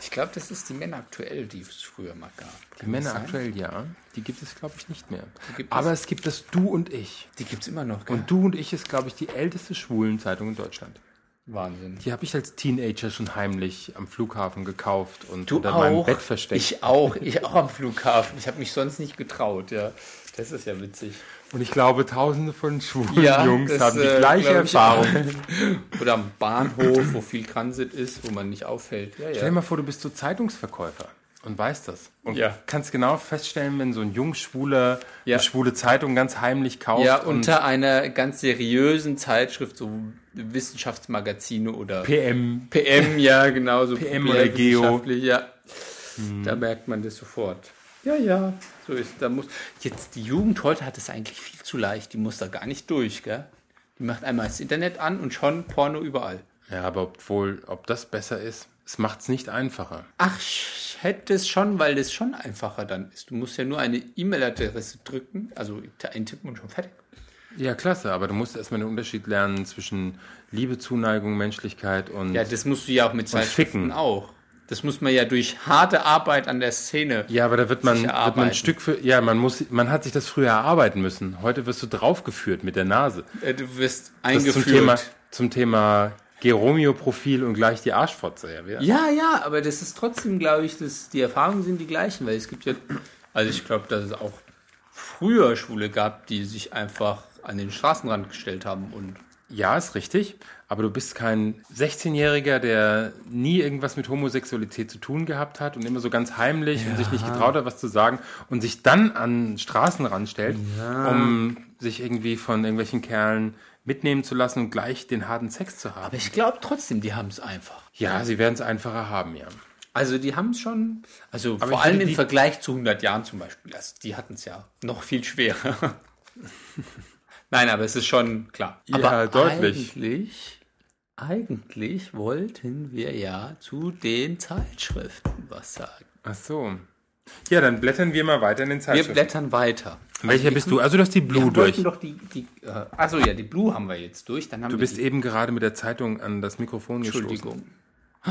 [SPEAKER 2] Ich glaube, das ist die Männer aktuell, die es früher mal gab.
[SPEAKER 1] Die Männer aktuell, ja, die gibt es, glaube ich, nicht mehr.
[SPEAKER 2] gibt
[SPEAKER 1] Aber es gibt das Du und Ich.
[SPEAKER 2] Die gibt es immer noch.
[SPEAKER 1] Und Du und Ich ist, glaube ich, die älteste Schwulenzeitung in Deutschland.
[SPEAKER 2] Wahnsinn.
[SPEAKER 1] Die habe ich als Teenager schon heimlich am Flughafen gekauft und
[SPEAKER 2] Du
[SPEAKER 1] unter
[SPEAKER 2] auch.
[SPEAKER 1] meinem Bett versteckt.
[SPEAKER 2] Ich auch. Ich auch am Flughafen. Ich habe mich sonst nicht getraut, ja. Das ist ja witzig.
[SPEAKER 1] und ich glaube, tausende von schwulen
[SPEAKER 2] Ja,
[SPEAKER 1] Jungs
[SPEAKER 2] das,
[SPEAKER 1] haben die
[SPEAKER 2] äh,
[SPEAKER 1] gleiche
[SPEAKER 2] glaub ich
[SPEAKER 1] Erfahrung.
[SPEAKER 2] Oder am Bahnhof, wo viel Transit ist, wo man nicht auffällt. Ja,
[SPEAKER 1] Stell dir
[SPEAKER 2] ja.
[SPEAKER 1] mal vor, du bist so Zeitungsverkäufer und weißt das. Und
[SPEAKER 2] Ja.
[SPEAKER 1] kannst genau feststellen, wenn so ein jung Schwuler
[SPEAKER 2] Ja.
[SPEAKER 1] eine schwule Zeitung ganz heimlich kauft.
[SPEAKER 2] Ja,
[SPEAKER 1] und
[SPEAKER 2] unter einer ganz seriösen Zeitschrift, so Wissenschaftsmagazine oder
[SPEAKER 1] PM.
[SPEAKER 2] PM, ja, genau, so
[SPEAKER 1] PM oder Geo. Mhm.
[SPEAKER 2] populärwissenschaftlich, Ja. Da merkt man das sofort. Ja, ja, so ist da muss jetzt die Jugend heute hat es eigentlich viel zu leicht, die muss da gar nicht durch, gell? Die macht einmal das Internet an und schon Porno überall.
[SPEAKER 1] Ja, aber obwohl, ob das besser ist, es macht es nicht einfacher.
[SPEAKER 2] Ach, ich hätte es schon, weil das schon einfacher dann ist. Du musst ja nur eine E-Mail-Adresse drücken, also eintippen und schon fertig.
[SPEAKER 1] Ja, klasse, aber du musst erstmal den Unterschied lernen zwischen Liebe, Zuneigung, Menschlichkeit und.
[SPEAKER 2] Ja, das musst du ja auch mit
[SPEAKER 1] ficken.
[SPEAKER 2] Zeitschriften auch. Das muss man ja durch harte Arbeit an der Szene.
[SPEAKER 1] Ja, aber da wird man,
[SPEAKER 2] Sich
[SPEAKER 1] wird man ein
[SPEAKER 2] erarbeiten.
[SPEAKER 1] Stück für. Ja, man muss, man hat sich das früher erarbeiten müssen. Heute wirst du draufgeführt mit der Nase.
[SPEAKER 2] Äh, Du wirst
[SPEAKER 1] Das
[SPEAKER 2] eingeführt.
[SPEAKER 1] zum Thema, zum Thema Geromeo-Profil und gleich die Arschfotze. Ja, wieder.
[SPEAKER 2] Ja, ja, aber das ist trotzdem, glaube ich, das, die Erfahrungen sind die gleichen, weil es gibt ja, also ich glaube, dass es auch früher Schwule gab, die sich einfach an den Straßenrand gestellt haben und
[SPEAKER 1] Ja, ist richtig. Aber du bist kein 16-Jähriger, der nie irgendwas mit Homosexualität zu tun gehabt hat und immer so ganz heimlich und sich nicht getraut hat, was zu sagen und sich dann an den Straßenrand stellt, um sich irgendwie von irgendwelchen Kerlen mitnehmen zu lassen und gleich den harten Sex zu haben.
[SPEAKER 2] aber ich glaube trotzdem, die haben es einfach.
[SPEAKER 1] Ja, sie werden es einfacher haben, ja.
[SPEAKER 2] Also die haben es schon, also
[SPEAKER 1] ich
[SPEAKER 2] vor allem
[SPEAKER 1] finde,
[SPEAKER 2] im
[SPEAKER 1] die-
[SPEAKER 2] Vergleich zu 100 Jahren zum Beispiel, also die hatten es ja noch viel schwerer. Nein, aber es ist schon klar.
[SPEAKER 1] Ja,
[SPEAKER 2] aber
[SPEAKER 1] deutlich.
[SPEAKER 2] Eigentlich, eigentlich wollten wir ja zu den Zeitschriften was sagen.
[SPEAKER 1] Ach so. Ja, dann blättern wir mal weiter in den
[SPEAKER 2] Wir
[SPEAKER 1] Zeitschriften.
[SPEAKER 2] blättern weiter.
[SPEAKER 1] Welcher bist du? Also du hast die
[SPEAKER 2] Wir
[SPEAKER 1] Blue
[SPEAKER 2] wollten
[SPEAKER 1] durch.
[SPEAKER 2] doch die, die äh, also ja, die Blue haben wir jetzt durch. Dann haben
[SPEAKER 1] Du
[SPEAKER 2] wir
[SPEAKER 1] bist
[SPEAKER 2] die,
[SPEAKER 1] eben gerade mit der Zeitung an das Mikrofon gestoßen.
[SPEAKER 2] Entschuldigung.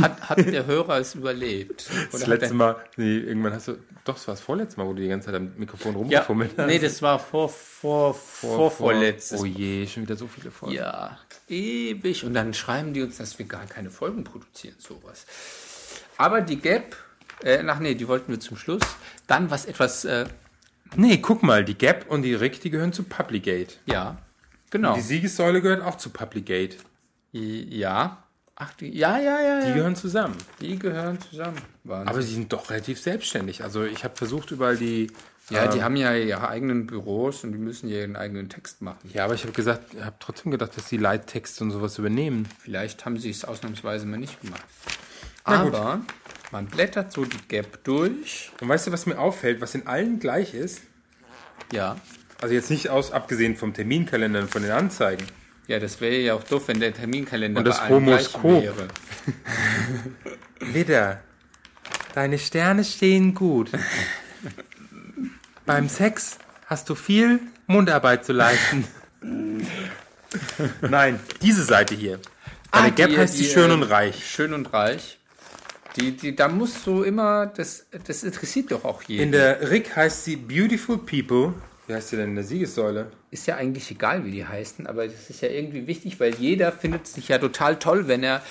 [SPEAKER 2] Hat, hat der Hörer es überlebt?
[SPEAKER 1] Das
[SPEAKER 2] hat
[SPEAKER 1] letzte Mal, nee, irgendwann hast du, doch, das war das vorletzte Mal, wo du die ganze Zeit am Mikrofon
[SPEAKER 2] der,
[SPEAKER 1] rumgefummelt
[SPEAKER 2] ja,
[SPEAKER 1] hast.
[SPEAKER 2] nee, das war vor, vor, vor, vorletztes.
[SPEAKER 1] Oh je, schon wieder so viele Folgen.
[SPEAKER 2] ja, ewig. Und dann schreiben die uns, dass wir gar keine Folgen produzieren, sowas. Aber die Gap, äh, ach nee, die wollten wir zum Schluss. Dann was etwas, äh,
[SPEAKER 1] Nee, guck mal, die Gap und die Rick, die gehören zu Publigate.
[SPEAKER 2] ja, genau.
[SPEAKER 1] Die Siegessäule gehört auch zu Publigate.
[SPEAKER 2] Ja. Ach, die, ja, ja, ja,
[SPEAKER 1] Die
[SPEAKER 2] ja.
[SPEAKER 1] gehören Also, zusammen.
[SPEAKER 2] Die gehören zusammen. Wahnsinn.
[SPEAKER 1] Aber sie sind doch relativ selbstständig. Also ich habe versucht, überall die...
[SPEAKER 2] Ja, die
[SPEAKER 1] ähm,
[SPEAKER 2] haben ja ihre eigenen Büros und die müssen ja ihren eigenen Text machen.
[SPEAKER 1] ja aber ich habe gesagt, habe trotzdem gedacht, dass die Leittexte und sowas übernehmen.
[SPEAKER 2] Vielleicht haben sie es ausnahmsweise mal nicht gemacht.
[SPEAKER 1] Na gut.
[SPEAKER 2] Aber man blättert so die Gap durch.
[SPEAKER 1] Und weißt du, was mir auffällt, was in allen gleich ist?
[SPEAKER 2] Ja.
[SPEAKER 1] Also jetzt nicht aus, abgesehen vom Terminkalender und von den Anzeigen.
[SPEAKER 2] Ja, das wäre ja auch doof, wenn der Terminkalender
[SPEAKER 1] Und das
[SPEAKER 2] bei allen gleich
[SPEAKER 1] Horoskop.
[SPEAKER 2] wäre.
[SPEAKER 1] Widder, deine Sterne stehen gut. Beim Sex hast du viel Mundarbeit zu leisten. Nein, diese Seite hier. Deine
[SPEAKER 2] Ah,
[SPEAKER 1] Gap
[SPEAKER 2] die-
[SPEAKER 1] heißt sie
[SPEAKER 2] die,
[SPEAKER 1] schön
[SPEAKER 2] äh,
[SPEAKER 1] und reich.
[SPEAKER 2] Schön und reich. Die, die, da muss so immer, das, das interessiert doch auch jeden.
[SPEAKER 1] In der Rick heißt sie Beautiful People. Wie heißt sie denn in der Siegessäule?
[SPEAKER 2] ist ja eigentlich egal, wie die heißen, aber das ist ja irgendwie wichtig, weil jeder findet sich ja total toll, wenn er,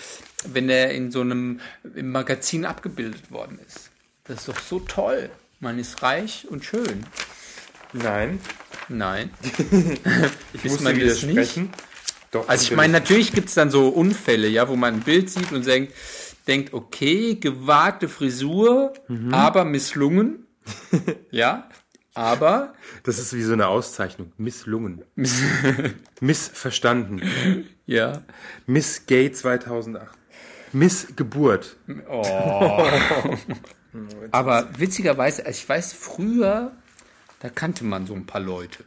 [SPEAKER 2] wenn er in so einem im Magazin abgebildet worden ist. Das ist doch so toll. Man ist reich und schön.
[SPEAKER 1] Nein,
[SPEAKER 2] Nein.
[SPEAKER 1] ich
[SPEAKER 2] Ist
[SPEAKER 1] muss
[SPEAKER 2] man
[SPEAKER 1] dir
[SPEAKER 2] das nicht?
[SPEAKER 1] widersprechen. Doch,
[SPEAKER 2] Also ich meine, natürlich gibt es dann so Unfälle, ja, wo man ein Bild sieht und denkt, denkt, okay, gewagte Frisur, aber misslungen. ja. Aber
[SPEAKER 1] das ist wie so eine Auszeichnung. Misslungen. Missverstanden.
[SPEAKER 2] ja.
[SPEAKER 1] Miss Gay 2008. Miss Geburt.
[SPEAKER 2] Aber witzigerweise, also ich weiß, früher, da kannte man so ein paar Leute.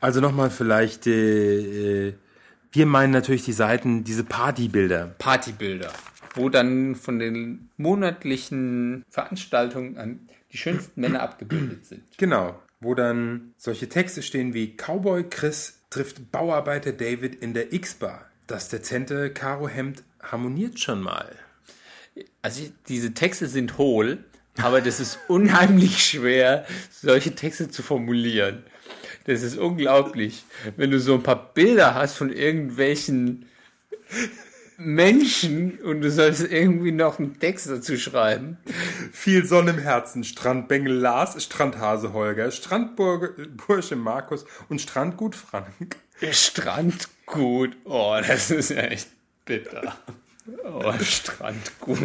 [SPEAKER 1] Also nochmal vielleicht, äh, äh, wir meinen natürlich die Seiten, diese Partybilder.
[SPEAKER 2] Partybilder, wo dann von den monatlichen Veranstaltungen an die schönsten Männer abgebildet sind.
[SPEAKER 1] Genau. Wo dann solche Texte stehen wie Cowboy Chris trifft Bauarbeiter David in der X-Bar. Das dezente Karohemd harmoniert schon mal.
[SPEAKER 2] Also ich- diese Texte sind hohl, aber das ist unheimlich schwer, solche Texte zu formulieren. Das ist unglaublich. Wenn du so ein paar Bilder hast von irgendwelchen Menschen und du sollst irgendwie noch einen Text dazu schreiben.
[SPEAKER 1] Viel Sonne im Herzen, Strandbengel Lars, Strandhase Holger, Strandbursche Markus und Strandgut Frank.
[SPEAKER 2] Strandgut. Oh, das ist ja echt bitter. Oh, Strandgut.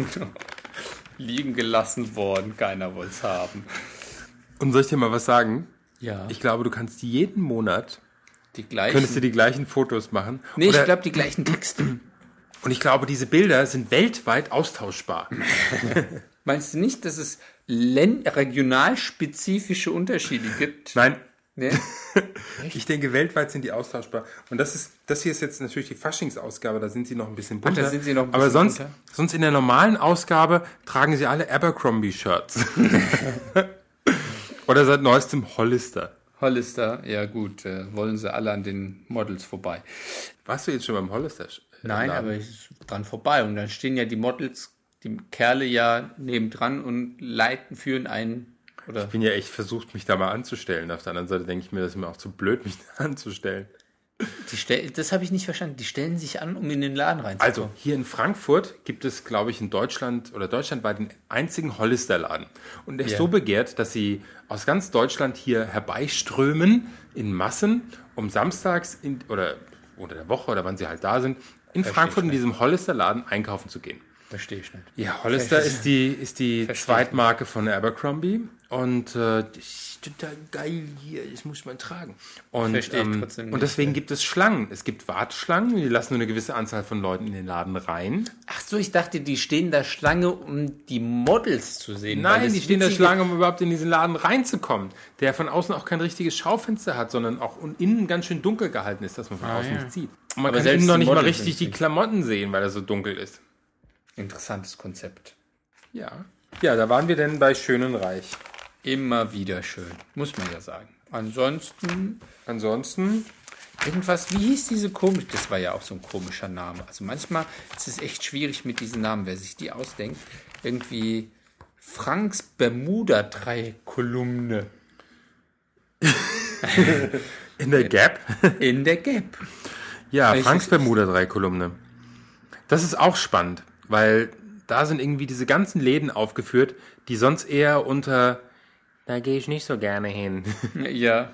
[SPEAKER 2] Liegen gelassen worden, keiner wollte es haben.
[SPEAKER 1] Und soll ich dir mal was sagen?
[SPEAKER 2] Ja,
[SPEAKER 1] Ich glaube, du kannst jeden Monat,
[SPEAKER 2] die gleichen.
[SPEAKER 1] könntest du die gleichen Fotos machen.
[SPEAKER 2] nee,
[SPEAKER 1] Oder-
[SPEAKER 2] ich glaube die gleichen Texte.
[SPEAKER 1] Und ich glaube, diese Bilder sind weltweit austauschbar.
[SPEAKER 2] Meinst du nicht, dass es län- regionalspezifische Unterschiede gibt?
[SPEAKER 1] Nein,
[SPEAKER 2] Nee?
[SPEAKER 1] ich denke, weltweit sind die austauschbar. Und das ist, das hier ist jetzt natürlich die Faschingsausgabe, da sind sie noch ein bisschen bunter.
[SPEAKER 2] sind sie noch ein
[SPEAKER 1] Aber
[SPEAKER 2] bisschen
[SPEAKER 1] sonst,
[SPEAKER 2] bunter.
[SPEAKER 1] sonst in der normalen Ausgabe tragen sie alle Abercrombie-Shirts. Oder seit neuestem Hollister.
[SPEAKER 2] Hollister, ja gut, äh, wollen sie alle an den Models vorbei.
[SPEAKER 1] Warst du jetzt schon beim äh, Hollister?
[SPEAKER 2] Nein, aber ich dran vorbei. Und dann stehen ja die Models, die Kerle ja nebendran und leiten, führen einen. Oder
[SPEAKER 1] Ich bin ja echt versucht, mich da mal anzustellen. Auf der anderen Seite denke ich mir, das ist mir auch zu blöd, mich da anzustellen.
[SPEAKER 2] die stell, das habe ich nicht verstanden. Die stellen sich an, um in den Laden reinzukommen.
[SPEAKER 1] Also hier in Frankfurt gibt es, glaube ich, in Deutschland oder deutschlandweit den einzigen Hollisterladen. Und der ist
[SPEAKER 2] Ja.
[SPEAKER 1] so begehrt, dass sie aus ganz Deutschland hier herbeiströmen in Massen, um samstags in, oder unter der Woche oder wann sie halt da sind, in Frankfurt in diesem Hollisterladen einkaufen zu gehen.
[SPEAKER 2] verstehe ich nicht.
[SPEAKER 1] Ja, Hollister ist die, ist die
[SPEAKER 2] Verstehe.
[SPEAKER 1] Zweitmarke von Abercrombie und äh, das ist total geil hier, das muss man tragen. Und,
[SPEAKER 2] Verstehe ich
[SPEAKER 1] ähm,
[SPEAKER 2] trotzdem nicht,
[SPEAKER 1] und deswegen gibt es Schlangen. Es gibt Warteschlangen, die lassen nur eine gewisse Anzahl von Leuten in den Laden rein.
[SPEAKER 2] Ach so, ich dachte, die stehen da Schlange, um die Models zu sehen. weil
[SPEAKER 1] Nein,
[SPEAKER 2] das
[SPEAKER 1] die stehen da
[SPEAKER 2] Witzige-
[SPEAKER 1] Schlange, um überhaupt in diesen Laden reinzukommen, der von außen auch kein richtiges Schaufenster hat, sondern auch un- innen ganz schön dunkel gehalten ist, dass man von außen nichts sieht. Und man
[SPEAKER 2] Ah, Aber
[SPEAKER 1] kann
[SPEAKER 2] selbst
[SPEAKER 1] innen noch
[SPEAKER 2] die
[SPEAKER 1] nicht mal
[SPEAKER 2] Models
[SPEAKER 1] richtig
[SPEAKER 2] sind's
[SPEAKER 1] die
[SPEAKER 2] nicht.
[SPEAKER 1] Klamotten sehen, weil er so dunkel ist.
[SPEAKER 2] Interessantes Konzept.
[SPEAKER 1] Ja. Ja, da waren wir denn bei Schönenreich.
[SPEAKER 2] Immer wieder schön, muss man ja sagen. Ansonsten
[SPEAKER 1] Ansonsten
[SPEAKER 2] Irgendwas, wie hieß diese komische? Das war ja auch so ein komischer Name. Also manchmal ist es echt schwierig mit diesen Namen, wer sich die ausdenkt. Irgendwie Franks Bermuda-Dreieck-Kolumne
[SPEAKER 1] in der Gap.
[SPEAKER 2] in der Gap.
[SPEAKER 1] Ja,
[SPEAKER 2] Welches
[SPEAKER 1] Franks
[SPEAKER 2] ist-
[SPEAKER 1] Bermuda drei Kolumne. Das ist auch spannend, weil da sind irgendwie diese ganzen Läden aufgeführt, die sonst eher unter da gehe ich nicht so gerne hin.
[SPEAKER 2] Ja,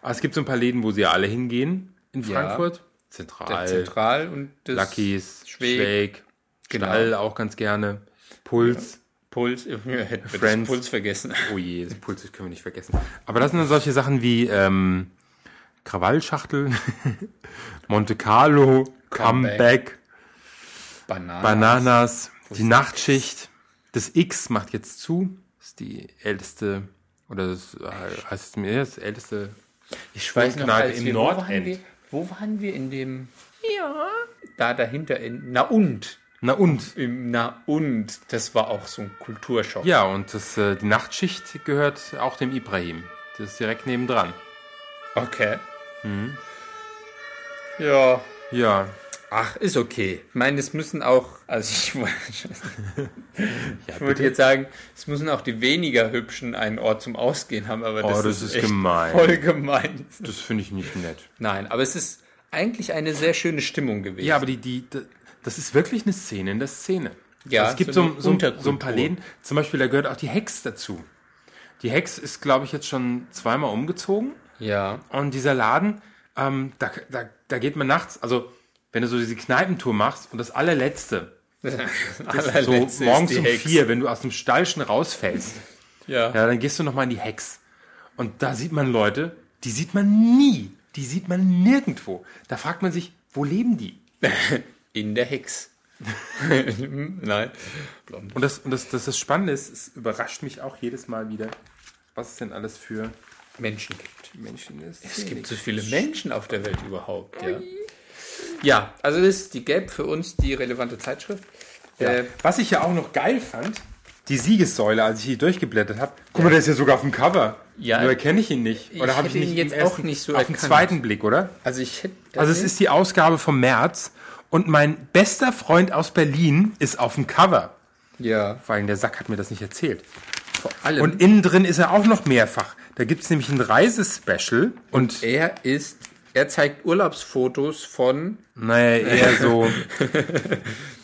[SPEAKER 1] Aber es gibt so ein paar Läden, wo sie ja alle hingehen in
[SPEAKER 2] Ja.
[SPEAKER 1] Frankfurt.
[SPEAKER 2] der
[SPEAKER 1] Zentral,
[SPEAKER 2] Zentral und das
[SPEAKER 1] Lucky's,
[SPEAKER 2] Schweg,
[SPEAKER 1] Schweg,
[SPEAKER 2] genau.
[SPEAKER 1] Stall auch ganz gerne. Puls.
[SPEAKER 2] Puls. Ich hätte
[SPEAKER 1] Friends.
[SPEAKER 2] Friends. Puls vergessen.
[SPEAKER 1] Oh je, das Puls können wir nicht vergessen. Aber das sind dann solche Sachen wie ähm, Krawallschachtel, Monte Carlo,
[SPEAKER 2] Comeback.
[SPEAKER 1] Comeback
[SPEAKER 2] Bananen.
[SPEAKER 1] Bananas, die Nachtschicht, das X macht jetzt zu, ist die älteste, oder das äh, heißt es mir, das älteste.
[SPEAKER 2] Ich weiß noch,
[SPEAKER 1] Kneipe
[SPEAKER 2] als
[SPEAKER 1] im
[SPEAKER 2] wir, wo
[SPEAKER 1] Nordend.
[SPEAKER 2] waren wir, wo waren wir in dem... Ja. Da dahinter in... Na und.
[SPEAKER 1] Na und?
[SPEAKER 2] Im Na und. Das war auch so ein Kulturschock.
[SPEAKER 1] Ja, und das, äh, die Nachtschicht gehört auch dem Ibrahim. Das ist direkt nebendran.
[SPEAKER 2] Okay. Hm. Ja.
[SPEAKER 1] Ja,
[SPEAKER 2] Ach, ist okay. Ich meine, es müssen auch, also ich, wollte- ich
[SPEAKER 1] bitte?
[SPEAKER 2] wollte jetzt sagen, es müssen auch die weniger Hübschen einen Ort zum Ausgehen haben, aber das,
[SPEAKER 1] Oh, das
[SPEAKER 2] ist,
[SPEAKER 1] ist
[SPEAKER 2] echt
[SPEAKER 1] gemein.
[SPEAKER 2] voll gemein.
[SPEAKER 1] das finde ich nicht nett.
[SPEAKER 2] Nein, aber es ist eigentlich eine sehr schöne Stimmung gewesen.
[SPEAKER 1] Ja, aber die, die, d- das ist wirklich eine Szene in der Szene. Also
[SPEAKER 2] Ja,
[SPEAKER 1] es gibt so,
[SPEAKER 2] so eine
[SPEAKER 1] so, so ein
[SPEAKER 2] Unterkultur.
[SPEAKER 1] paar Läden, zum Beispiel, da gehört auch die Hex dazu. Die Hex ist, glaube ich, jetzt schon zweimal umgezogen.
[SPEAKER 2] ja.
[SPEAKER 1] Und dieser Laden, ähm, da, da, da geht man nachts, also wenn du so diese Kneipentour machst und das allerletzte, so
[SPEAKER 2] Allerletzte ist
[SPEAKER 1] morgens
[SPEAKER 2] die
[SPEAKER 1] um
[SPEAKER 2] Hex.
[SPEAKER 1] vier, wenn du aus dem Stall schon rausfällst,
[SPEAKER 2] Ja.
[SPEAKER 1] ja, dann gehst du nochmal in die Hex. Und da sieht man Leute, die sieht man nie, die sieht man nirgendwo. Da fragt man sich, wo leben die?
[SPEAKER 2] In der Hex. Nein. Blond.
[SPEAKER 1] Und das, und das, das, das Spannende ist, es überrascht mich auch jedes Mal wieder, was es denn alles für
[SPEAKER 2] Menschen gibt.
[SPEAKER 1] Menschen ist.
[SPEAKER 2] Es gibt so viele Menschen auf der Welt überhaupt, ja. Ja, also ist die Gelb für uns die relevante Zeitschrift. Äh,
[SPEAKER 1] Was ich ja auch noch geil fand, die Siegessäule, als ich die durchgeblättert habe. Guck mal, der ist ja sogar auf dem Cover.
[SPEAKER 2] Ja.
[SPEAKER 1] Nur erkenne ich ihn nicht. Oder
[SPEAKER 2] Ich
[SPEAKER 1] habe ich
[SPEAKER 2] hätte
[SPEAKER 1] ihn
[SPEAKER 2] ihn
[SPEAKER 1] nicht
[SPEAKER 2] jetzt
[SPEAKER 1] im ersten-
[SPEAKER 2] auch nicht so
[SPEAKER 1] Auf den
[SPEAKER 2] erkannt.
[SPEAKER 1] zweiten Blick, oder?
[SPEAKER 2] also ich hätte.
[SPEAKER 1] Also es ist die Ausgabe vom März und mein bester Freund aus Berlin ist auf dem Cover.
[SPEAKER 2] ja
[SPEAKER 1] Vor allem der Sack hat mir das nicht erzählt.
[SPEAKER 2] vor allem.
[SPEAKER 1] Und innen drin ist er auch noch mehrfach. Da gibt es nämlich ein Reisespecial und
[SPEAKER 2] er ist Er zeigt Urlaubsfotos von
[SPEAKER 1] Naja, eher so,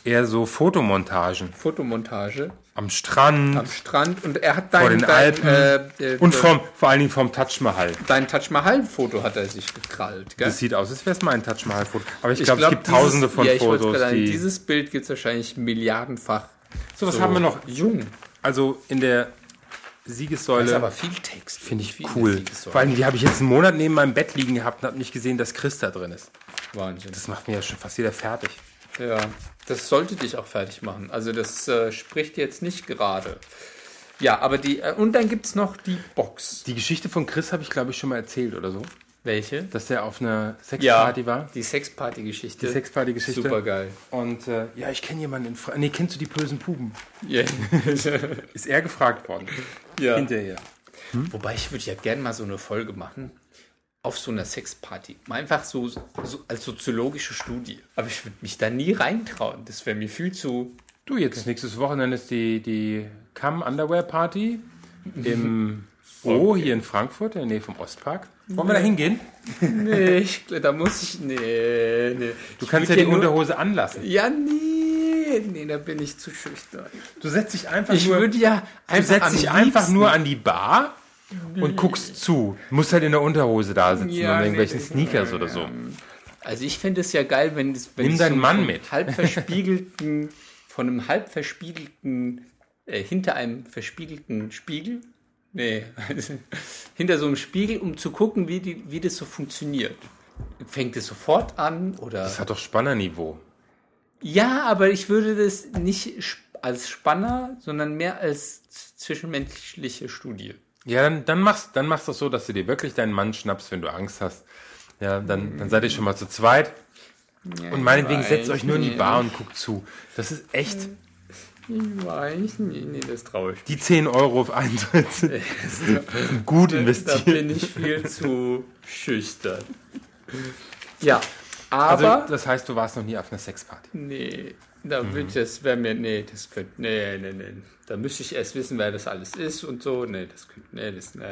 [SPEAKER 1] eher so Fotomontagen.
[SPEAKER 2] Fotomontage
[SPEAKER 1] Am Strand
[SPEAKER 2] am Strand und er hat dein,
[SPEAKER 1] den
[SPEAKER 2] dein,
[SPEAKER 1] Alpen
[SPEAKER 2] äh, äh,
[SPEAKER 1] und vom, vor allen Dingen vom Taj Mahal.
[SPEAKER 2] dein Taj Mahal-Foto hat er sich gekrallt. Gell?
[SPEAKER 1] Das sieht aus, als wäre es mal ein Taj Mahal-Foto. Aber ich glaube, es gibt tausende von
[SPEAKER 2] ja, ich wollte
[SPEAKER 1] Fotos,
[SPEAKER 2] gerade sagen,
[SPEAKER 1] die...
[SPEAKER 2] Dieses Bild gibt es wahrscheinlich milliardenfach.
[SPEAKER 1] so, was haben wir noch?
[SPEAKER 2] Jung.
[SPEAKER 1] Also in der
[SPEAKER 2] Das ist
[SPEAKER 1] Siegessäule
[SPEAKER 2] aber viel Text.
[SPEAKER 1] finde ich
[SPEAKER 2] Viel
[SPEAKER 1] cool.
[SPEAKER 2] Siegessäule.
[SPEAKER 1] Vor allem, die habe ich jetzt einen Monat neben meinem Bett liegen gehabt und habe nicht gesehen, dass Chris da drin ist.
[SPEAKER 2] Wahnsinn.
[SPEAKER 1] Das macht mir ja schon fast wieder fertig.
[SPEAKER 2] Ja, das sollte dich auch fertig machen. Also das äh, spricht jetzt nicht gerade. Ja, aber die, äh, und dann gibt es noch die Box.
[SPEAKER 1] Die Geschichte von Chris habe ich, glaube ich, schon mal erzählt oder so.
[SPEAKER 2] Welche?
[SPEAKER 1] Dass der auf einer Sexparty war.
[SPEAKER 2] Die Sexparty-Geschichte.
[SPEAKER 1] Die Sexparty-Geschichte.
[SPEAKER 2] Super geil.
[SPEAKER 1] Und äh, ja, ich kenne jemanden in Frankreich. Nee, kennst du die bösen Puben?
[SPEAKER 2] Ja.
[SPEAKER 1] Ist er gefragt worden.
[SPEAKER 2] ja.
[SPEAKER 1] Hinterher.
[SPEAKER 2] Wobei ich würde ja gerne mal so eine Folge machen. Auf so einer Sexparty. Mal einfach so, so als soziologische Studie. Aber ich würde mich da nie reintrauen. Das wäre mir viel zu.
[SPEAKER 1] Du, jetzt nächstes Wochenende ist die, die Cam Underwear Party im O hier in Frankfurt, in der Nähe vom Ostpark. Wollen wir da hingehen?
[SPEAKER 2] Nee, ich, da muss ich. Nee, nee.
[SPEAKER 1] Du kannst ja die Unterhose anlassen.
[SPEAKER 2] Ja, nee. Nee, da bin ich zu schüchtern.
[SPEAKER 1] Du setzt dich einfach
[SPEAKER 2] Ich
[SPEAKER 1] nur,
[SPEAKER 2] würde ja
[SPEAKER 1] du
[SPEAKER 2] einfach
[SPEAKER 1] setzt
[SPEAKER 2] am
[SPEAKER 1] dich einfach
[SPEAKER 2] liebsten-
[SPEAKER 1] nur an die Bar und guckst zu. Musst halt in der Unterhose da sitzen
[SPEAKER 2] Ja,
[SPEAKER 1] oder irgendwelchen
[SPEAKER 2] nee, das-
[SPEAKER 1] Sneakers oder so.
[SPEAKER 2] Also ich finde es ja geil, wenn das wenn
[SPEAKER 1] Nimm
[SPEAKER 2] es
[SPEAKER 1] deinen Mann
[SPEAKER 2] von
[SPEAKER 1] mit.
[SPEAKER 2] halb verspiegelten von einem halb verspiegelten äh, hinter einem verspiegelten Spiegel Nee, hinter so einem Spiegel, um zu gucken, wie, die, wie das so funktioniert. Fängt es sofort an oder.
[SPEAKER 1] Das hat doch Spannerniveau.
[SPEAKER 2] Ja, aber ich würde das nicht sp- als Spanner, sondern mehr als z- zwischenmenschliche Studie.
[SPEAKER 1] Ja, dann, dann machst dann machst du es so, dass du dir wirklich deinen Mann schnappst, wenn du Angst hast. Ja, dann, dann seid ihr schon mal zu zweit. Und meinetwegen setzt euch nur in die Bar und guckt zu. Das ist echt
[SPEAKER 2] Ich weiß nicht, nee, das traue ich.
[SPEAKER 1] die 10 Euro auf Eintritt sind gut
[SPEAKER 2] Da
[SPEAKER 1] investiert.
[SPEAKER 2] bin ich viel zu schüchtern. Ja,
[SPEAKER 1] Also,
[SPEAKER 2] aber
[SPEAKER 1] das heißt, du warst noch nie auf einer Sexparty.
[SPEAKER 2] nee, da
[SPEAKER 1] Mhm.
[SPEAKER 2] wird das wäre mir nee, das könnte nee, nee, nee. Da müsste ich erst wissen, wer das alles ist und so. Nee, das könnte nee, das nee.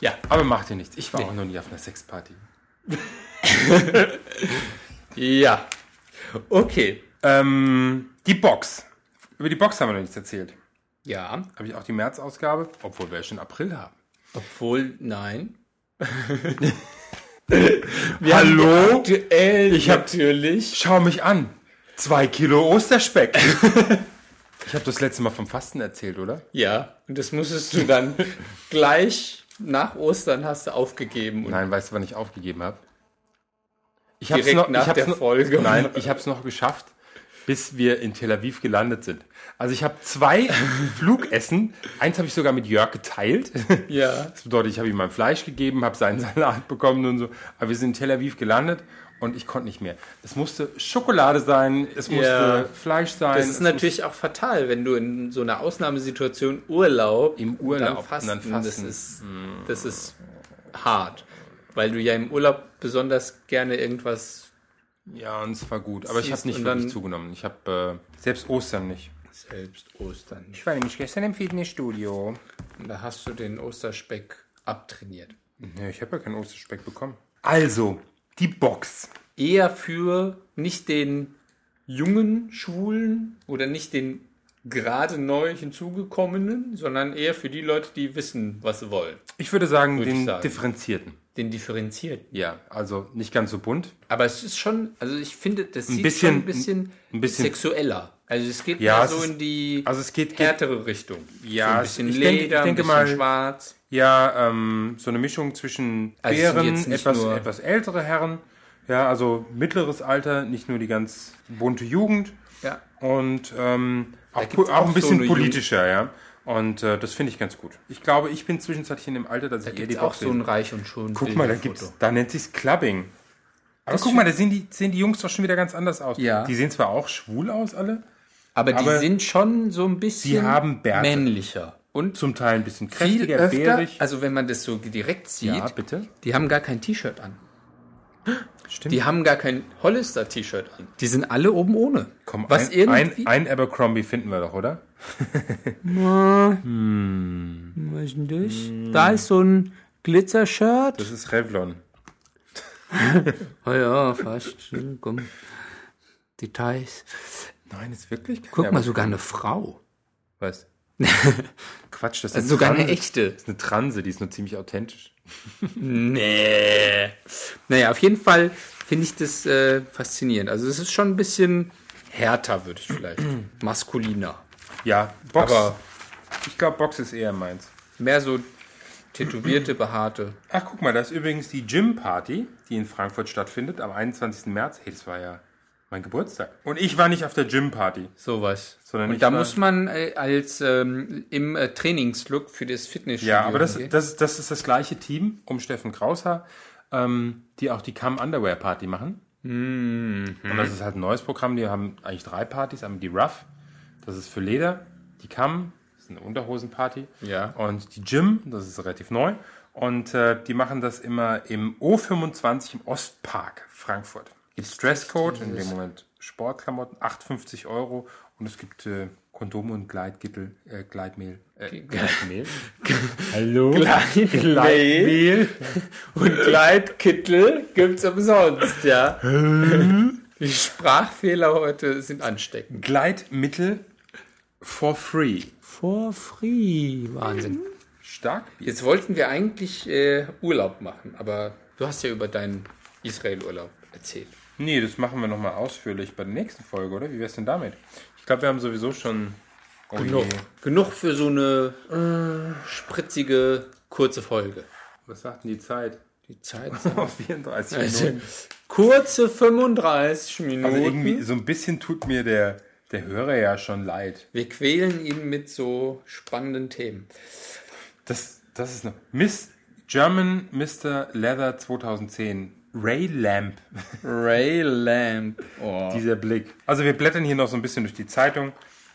[SPEAKER 2] Ja,
[SPEAKER 1] Aber macht dir nichts. Ich war auch noch nie auf einer Sexparty.
[SPEAKER 2] ja. Okay.
[SPEAKER 1] Ähm, die Box. Über die Box haben wir noch nichts erzählt.
[SPEAKER 2] Ja,
[SPEAKER 1] Habe ich auch die März-Ausgabe, obwohl wir ja schon April haben.
[SPEAKER 2] obwohl nein.
[SPEAKER 1] Hallo?
[SPEAKER 2] Duell ich
[SPEAKER 1] hab-
[SPEAKER 2] natürlich.
[SPEAKER 1] Schau mich an. Zwei Kilo Osterspeck. ich habe das letzte Mal vom Fasten erzählt, oder?
[SPEAKER 2] Ja, und das musstest du dann gleich nach Ostern hast du aufgegeben und
[SPEAKER 1] Nein, weißt du, wann ich aufgegeben habe? Ich hab's
[SPEAKER 2] direkt
[SPEAKER 1] noch, ich
[SPEAKER 2] nach
[SPEAKER 1] hab's
[SPEAKER 2] der
[SPEAKER 1] noch,
[SPEAKER 2] Folge.
[SPEAKER 1] Nein, ich habe es noch geschafft, bis wir in Tel Aviv gelandet sind. Also ich habe zwei Flugessen. Eins habe ich sogar mit Jörg geteilt.
[SPEAKER 2] ja.
[SPEAKER 1] Das bedeutet, ich habe ihm mein Fleisch gegeben, habe seinen Salat bekommen und so. Aber wir sind in Tel Aviv gelandet und ich konnte nicht mehr. Es musste Schokolade sein, es musste
[SPEAKER 2] Ja.
[SPEAKER 1] Fleisch sein.
[SPEAKER 2] Das
[SPEAKER 1] Also es
[SPEAKER 2] ist natürlich auch fatal, wenn du in so einer Ausnahmesituation Urlaub
[SPEAKER 1] Im
[SPEAKER 2] und
[SPEAKER 1] Urlaub
[SPEAKER 2] dann fasten,
[SPEAKER 1] und dann fasten. Hm.
[SPEAKER 2] Das, ist, das ist hart, weil du ja im Urlaub besonders gerne irgendwas
[SPEAKER 1] musste, ja, und es war gut. Aber ich habe
[SPEAKER 2] Siehst,
[SPEAKER 1] nicht
[SPEAKER 2] und
[SPEAKER 1] wirklich
[SPEAKER 2] dann-
[SPEAKER 1] zugenommen. Ich habe äh, selbst Ostern nicht.
[SPEAKER 2] selbst Ostern.
[SPEAKER 1] Ich war nämlich gestern im Fitnessstudio.
[SPEAKER 2] Und da hast du den Osterspeck abtrainiert.
[SPEAKER 1] Ja, ich habe ja keinen Osterspeck bekommen. Also, die Box.
[SPEAKER 2] Eher für nicht den jungen Schwulen oder nicht den gerade neu hinzugekommenen, sondern eher für die Leute, die wissen, was sie wollen.
[SPEAKER 1] Ich würde sagen,
[SPEAKER 2] Würde ich
[SPEAKER 1] den
[SPEAKER 2] sagen.
[SPEAKER 1] differenzierten.
[SPEAKER 2] Den differenzierten.
[SPEAKER 1] Ja, also nicht ganz so bunt.
[SPEAKER 2] Aber es ist schon, also ich finde, das sieht
[SPEAKER 1] bisschen-
[SPEAKER 2] schon ein bisschen,
[SPEAKER 1] ein bisschen-
[SPEAKER 2] sexueller. Also es geht
[SPEAKER 1] Ja,
[SPEAKER 2] mehr
[SPEAKER 1] es
[SPEAKER 2] so
[SPEAKER 1] ist-
[SPEAKER 2] in die
[SPEAKER 1] Also es geht, geht
[SPEAKER 2] härtere Richtung.
[SPEAKER 1] Ja,
[SPEAKER 2] so ein
[SPEAKER 1] es-
[SPEAKER 2] bisschen
[SPEAKER 1] ich
[SPEAKER 2] Leder,
[SPEAKER 1] denke- ich
[SPEAKER 2] ein
[SPEAKER 1] denke
[SPEAKER 2] bisschen
[SPEAKER 1] mal-
[SPEAKER 2] schwarz.
[SPEAKER 1] ja ähm, so eine Mischung zwischen
[SPEAKER 2] Also es sind
[SPEAKER 1] Bären,
[SPEAKER 2] jetzt nicht
[SPEAKER 1] etwas,
[SPEAKER 2] nur-
[SPEAKER 1] etwas ältere Herren, ja, also mittleres Alter, nicht nur die ganz bunte Jugend
[SPEAKER 2] Ja.
[SPEAKER 1] und ähm, auch,
[SPEAKER 2] gibt's
[SPEAKER 1] po- auch
[SPEAKER 2] auch
[SPEAKER 1] ein
[SPEAKER 2] so
[SPEAKER 1] bisschen
[SPEAKER 2] eine
[SPEAKER 1] politischer, ja. Und äh, das finde ich ganz gut. Ich glaube, ich bin zwischenzeitlich in dem Alter, dass ich eher
[SPEAKER 2] Gibt
[SPEAKER 1] die
[SPEAKER 2] auch
[SPEAKER 1] Box
[SPEAKER 2] so ein reich und schön
[SPEAKER 1] Guck mal, da gibt's, da nennt sich's Clubbing. Aber guck mal, da sehen die, sehen die Jungs doch schon wieder ganz anders aus.
[SPEAKER 2] Ja.
[SPEAKER 1] Die sehen zwar auch schwul aus, alle,
[SPEAKER 2] Aber die
[SPEAKER 1] aber
[SPEAKER 2] sind schon so ein bisschen
[SPEAKER 1] haben Bärte.
[SPEAKER 2] männlicher. Und
[SPEAKER 1] zum Teil ein bisschen
[SPEAKER 2] viel
[SPEAKER 1] kräftiger,
[SPEAKER 2] öfter,
[SPEAKER 1] bärig.
[SPEAKER 2] also wenn man das so direkt sieht,
[SPEAKER 1] ja, bitte.
[SPEAKER 2] die haben gar kein T-Shirt an.
[SPEAKER 1] Stimmt.
[SPEAKER 2] Die haben gar kein Hollister-T-Shirt an. Die sind alle oben ohne.
[SPEAKER 1] Komm,
[SPEAKER 2] was
[SPEAKER 1] ein,
[SPEAKER 2] irgendwie-
[SPEAKER 1] ein, ein Abercrombie finden wir doch, oder?
[SPEAKER 2] Was ist denn Mm. das? Oh Da ist so ein Glitzer-Shirt.
[SPEAKER 1] Das ist Revlon.
[SPEAKER 4] Ah ja, fast. Hm, Komm. Details.
[SPEAKER 1] Nein, ist wirklich keine.
[SPEAKER 4] Guck
[SPEAKER 1] aber
[SPEAKER 4] mal, sogar eine Frau.
[SPEAKER 1] Was? Quatsch, das ist eine
[SPEAKER 2] Sogar eine
[SPEAKER 1] Transe.
[SPEAKER 2] echte.
[SPEAKER 1] Das ist eine Transe, die ist nur ziemlich authentisch.
[SPEAKER 2] Nee. Naja, auf jeden Fall finde ich das äh, faszinierend. Also es ist schon ein bisschen härter, würde ich vielleicht. Maskuliner.
[SPEAKER 1] Ja, Box.
[SPEAKER 2] Aber-
[SPEAKER 1] ich glaube, Box ist eher meins.
[SPEAKER 2] Mehr so tätowierte, behaarte.
[SPEAKER 1] Ach, guck mal, da ist übrigens die Gym-Party, die in Frankfurt stattfindet, am 21. März. Hey, das war ja mein Geburtstag. Und ich war nicht auf der Gym-Party.
[SPEAKER 2] Sowas.
[SPEAKER 1] Sondern ich
[SPEAKER 2] Und da
[SPEAKER 1] war-
[SPEAKER 2] muss man äh, als ähm, im äh, Trainingslook für das Fitnessstudio.
[SPEAKER 1] Ja, aber das,
[SPEAKER 2] gehen.
[SPEAKER 1] das, das ist das gleiche Team um Steffen Kraushaar, ähm, die auch die Cam Underwear Party machen. Und das ist halt ein neues Programm. Die haben eigentlich drei Partys. Einmal die Rough, das ist für Leder. Die Cam, das ist eine Unterhosenparty.
[SPEAKER 2] Ja.
[SPEAKER 1] Und die Gym, das ist relativ neu. Und äh, die machen das immer im O25 im Ostpark Frankfurt. Gibt Dresscode, in dem Moment Sportklamotten, 8,50 Euro. Und es gibt äh, Kondome und Gleitgittel, äh, Gleitmehl. Äh, Gleitmehl? Hallo?
[SPEAKER 2] Gleitmehl und Gleitkittel gibt's umsonst, ja. Die Sprachfehler heute sind ansteckend.
[SPEAKER 1] Gleitmittel for free.
[SPEAKER 4] For free. Wahnsinn.
[SPEAKER 1] Stark.
[SPEAKER 2] Jetzt wollten wir eigentlich äh, Urlaub machen, aber du hast ja über deinen Israel-Urlaub erzählt.
[SPEAKER 1] Nee, das machen wir nochmal ausführlich bei der nächsten Folge, oder? Wie wär's denn damit? Ich glaube, wir haben sowieso schon. Oh
[SPEAKER 2] Genug,
[SPEAKER 1] je.
[SPEAKER 2] genug für so eine äh, spritzige, kurze Folge.
[SPEAKER 1] Was sagt denn die Zeit?
[SPEAKER 2] Die Zeit.
[SPEAKER 1] Oh, 34
[SPEAKER 2] Also,
[SPEAKER 1] Minuten.
[SPEAKER 2] kurze 35 Minuten.
[SPEAKER 1] Also irgendwie, so ein bisschen tut mir der, der Hörer ja schon leid.
[SPEAKER 2] wir quälen ihn mit so spannenden Themen.
[SPEAKER 1] Das, das ist noch. Miss German Mr. Leather 2010. Ray Lamp.
[SPEAKER 2] Ray Lamb. Oh.
[SPEAKER 1] Dieser Blick. Also wir blättern hier noch so ein bisschen durch die Zeitung,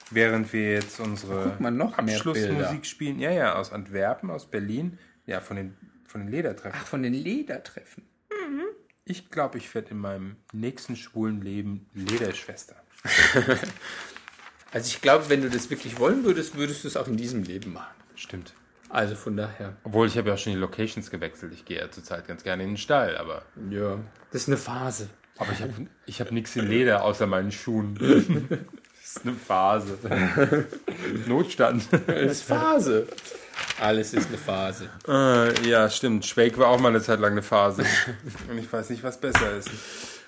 [SPEAKER 1] während wir jetzt unsere
[SPEAKER 2] mal, noch mehr Bilder.
[SPEAKER 1] Abschlussmusik spielen. Ja, ja, aus Antwerpen, aus Berlin. Ja, von den, von den Ledertreffen.
[SPEAKER 2] Ach, von den Ledertreffen.
[SPEAKER 1] Ich glaube, ich werde in meinem nächsten schwulen Leben Lederschwester.
[SPEAKER 2] Also ich glaube, wenn du das wirklich wollen würdest, würdest du es auch in diesem Leben machen.
[SPEAKER 1] Stimmt.
[SPEAKER 2] Also von daher.
[SPEAKER 1] Obwohl, ich habe ja auch schon die Locations gewechselt. Ich gehe ja zurzeit ganz gerne in den Stall, aber,
[SPEAKER 2] Ja. Das ist eine Phase.
[SPEAKER 1] aber ich habe ich hab nichts in Leder außer meinen Schuhen. das ist eine Phase. Notstand.
[SPEAKER 2] Das ist Phase. Alles ist eine Phase.
[SPEAKER 1] Äh, ja, stimmt. Schwake war auch mal eine Zeit lang eine Phase. Und ich weiß nicht, was besser ist.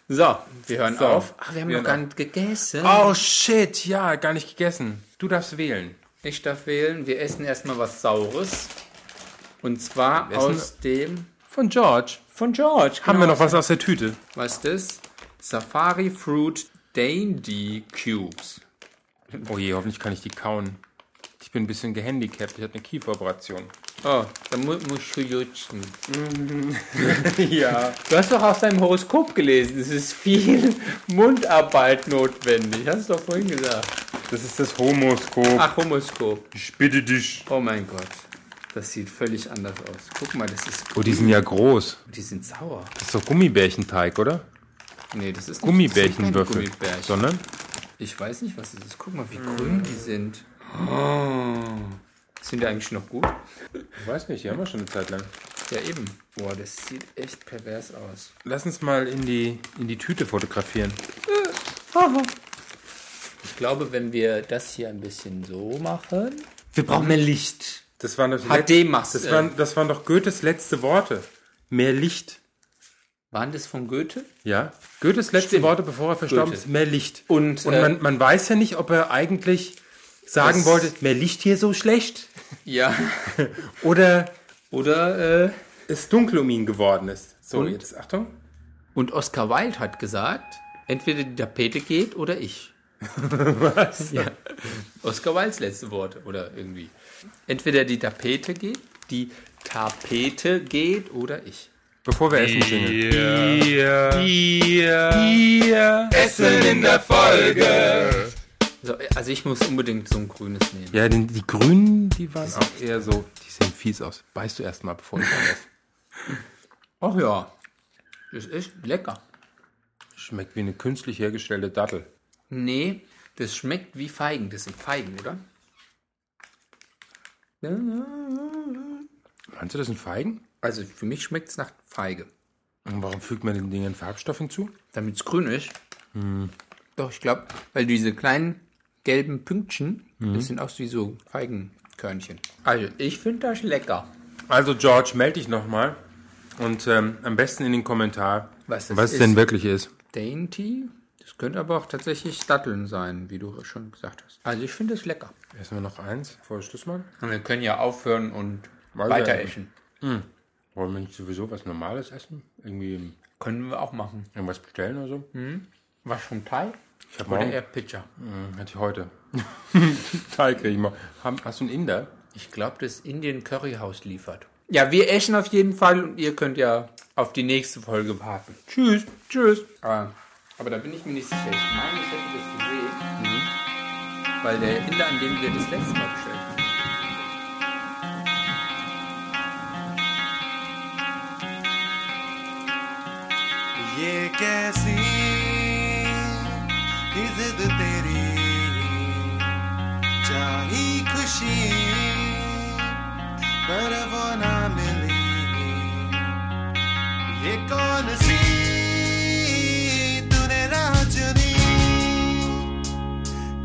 [SPEAKER 2] So, wir hören
[SPEAKER 1] So.
[SPEAKER 2] auf. Ah. Ach, wir haben
[SPEAKER 1] Wir
[SPEAKER 2] noch
[SPEAKER 1] hören
[SPEAKER 2] gar nicht gegessen.
[SPEAKER 1] Oh shit, ja, gar nicht gegessen. Du darfst wählen.
[SPEAKER 2] Ich darf wählen. Wir essen erstmal was Saures. Und zwar
[SPEAKER 1] Wir essen-
[SPEAKER 2] aus dem...
[SPEAKER 1] Von George.
[SPEAKER 2] Von George.
[SPEAKER 1] Haben wir noch was aus der Tüte?
[SPEAKER 2] Was ist das? Safari Fruit Dandy Cubes.
[SPEAKER 1] Oh je, hoffentlich kann ich die kauen. Ich bin ein bisschen gehandicapt. Ich hatte eine Kieferoperation.
[SPEAKER 2] Oh, da mu musst du jutschen.
[SPEAKER 1] ja.
[SPEAKER 2] Du hast doch aus deinem Horoskop gelesen. Es ist viel Mundarbeit notwendig. Hast du doch vorhin gesagt.
[SPEAKER 1] Das ist das Homoskop.
[SPEAKER 2] Ach, Horoskop.
[SPEAKER 1] Ich bitte dich.
[SPEAKER 2] Oh mein Gott. Das sieht völlig anders aus. Guck mal, das ist.
[SPEAKER 1] Oh, die sind ja groß.
[SPEAKER 2] Die sind sauer.
[SPEAKER 1] Das ist doch Gummibärchenteig, oder?
[SPEAKER 2] Nee, das ist nicht- Das
[SPEAKER 1] Gummibärchenwürfel.
[SPEAKER 2] sind keine Gummibärchen.
[SPEAKER 1] Sondern?
[SPEAKER 2] Ich weiß nicht, was das ist. Guck mal, wie grün die sind. Oh. Sind die eigentlich noch gut?
[SPEAKER 1] Ich weiß nicht, die haben wir schon eine Zeit lang.
[SPEAKER 2] Ja, eben. Boah, das sieht echt pervers aus.
[SPEAKER 1] Lass uns mal in die, in die Tüte fotografieren. Äh.
[SPEAKER 2] Ich glaube, wenn wir das hier ein bisschen so machen.
[SPEAKER 4] Wir brauchen mehr Licht.
[SPEAKER 1] Das waren, das
[SPEAKER 2] HD machst
[SPEAKER 1] das
[SPEAKER 2] du.
[SPEAKER 1] waren, das waren doch Goethes letzte Worte. Mehr Licht.
[SPEAKER 2] Waren das von Goethe?
[SPEAKER 1] Ja. Goethes letzte
[SPEAKER 2] Stimmt.
[SPEAKER 1] Worte, bevor er verstorben
[SPEAKER 2] Goethe.
[SPEAKER 1] ist, mehr Licht.
[SPEAKER 2] Und,
[SPEAKER 1] und
[SPEAKER 2] äh,
[SPEAKER 1] man, man weiß ja nicht, ob er eigentlich sagen
[SPEAKER 2] Das-
[SPEAKER 1] wollte, mehr Licht hier so schlecht
[SPEAKER 2] Ja.
[SPEAKER 1] oder
[SPEAKER 2] Oder. Äh,
[SPEAKER 1] es dunkel um ihn geworden ist. So,
[SPEAKER 2] Und?
[SPEAKER 1] jetzt Achtung.
[SPEAKER 2] und Oscar Wilde hat gesagt: entweder die Tapete geht oder ich. Was? Ja. Oscar Wildes letzte Worte oder irgendwie. Entweder die Tapete geht, die Tapete geht oder ich.
[SPEAKER 1] Bevor wir essen singen.
[SPEAKER 2] So, also ich muss unbedingt so ein grünes nehmen.
[SPEAKER 1] Ja, denn die Grünen, die waren auch eher so, die sehen fies aus. Weißt du erstmal, bevor ich das esse.
[SPEAKER 2] Ach ja. Das ist echt lecker.
[SPEAKER 1] Schmeckt wie eine künstlich hergestellte Dattel.
[SPEAKER 2] Nee, das schmeckt wie Feigen. Das sind Feigen, oder?
[SPEAKER 1] Meinst du, das sind Feigen?
[SPEAKER 2] Also für mich schmeckt es nach Feige.
[SPEAKER 1] Und warum fügt man den Dingen Farbstoff hinzu?
[SPEAKER 2] Damit es grün ist.
[SPEAKER 1] Hm.
[SPEAKER 2] Doch, ich glaube, weil diese kleinen gelben Pünktchen,
[SPEAKER 1] Mhm.
[SPEAKER 2] das sind auch so wie so Feigenkörnchen. Also, ich finde das lecker.
[SPEAKER 1] Also George, melde dich nochmal und ähm, am besten in den Kommentar,
[SPEAKER 2] Was das
[SPEAKER 1] was es
[SPEAKER 2] ist.
[SPEAKER 1] denn wirklich ist.
[SPEAKER 2] Dainty, das könnte aber auch tatsächlich Datteln sein, wie du schon gesagt hast. Also, ich finde es lecker.
[SPEAKER 1] Essen wir noch eins, bevor ich Schluss mache?
[SPEAKER 2] Und wir können ja aufhören und
[SPEAKER 1] Weiter
[SPEAKER 2] weiter
[SPEAKER 1] essen.
[SPEAKER 2] essen.
[SPEAKER 1] Wollen wir nicht sowieso was Normales essen? Irgendwie
[SPEAKER 2] Können wir auch machen.
[SPEAKER 1] irgendwas bestellen oder so?
[SPEAKER 2] Was vom Thai?
[SPEAKER 1] Ich habe
[SPEAKER 2] Oder
[SPEAKER 1] morgen,
[SPEAKER 2] eher Pizza?
[SPEAKER 1] Hm, hatte ich heute. Teig kriege ich mal. Haben- Hast du einen Inder?
[SPEAKER 2] Ich glaube, das Indian Curryhaus liefert. Ja, wir essen auf jeden Fall und ihr könnt ja auf die nächste Folge warten. Tschüss, Ah. tschüss. Aber, aber da bin ich mir nicht sicher. Ich meine, ich hätte das gesehen. Mhm. Weil der Inder, an dem wir das letzte Mal bestellt haben.
[SPEAKER 3] ये कैसी इज्जत तेरी चाही खुशी पर वो ना मिली ये कौन सी तूने राह चुनी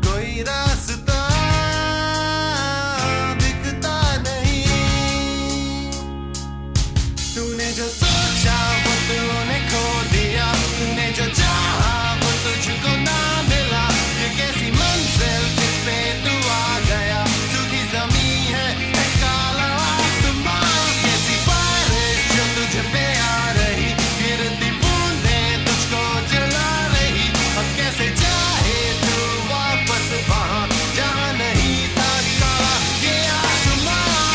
[SPEAKER 3] कोई रास्ता दिखता नहीं तूने जो सोचा वो तूने खो दिया तूने जो चाहा वो तुझको ना मिला ये कैसी मंजिल जिस पे तू आ गया सूखी जमी है एक काला आसमान कैसी बारिश जो तुझ पे आ रही गिरती बूंदें तुझको जला रही अब कैसे चाहे तू वापस वहाँ जहाँ नहीं था काला ये आसमान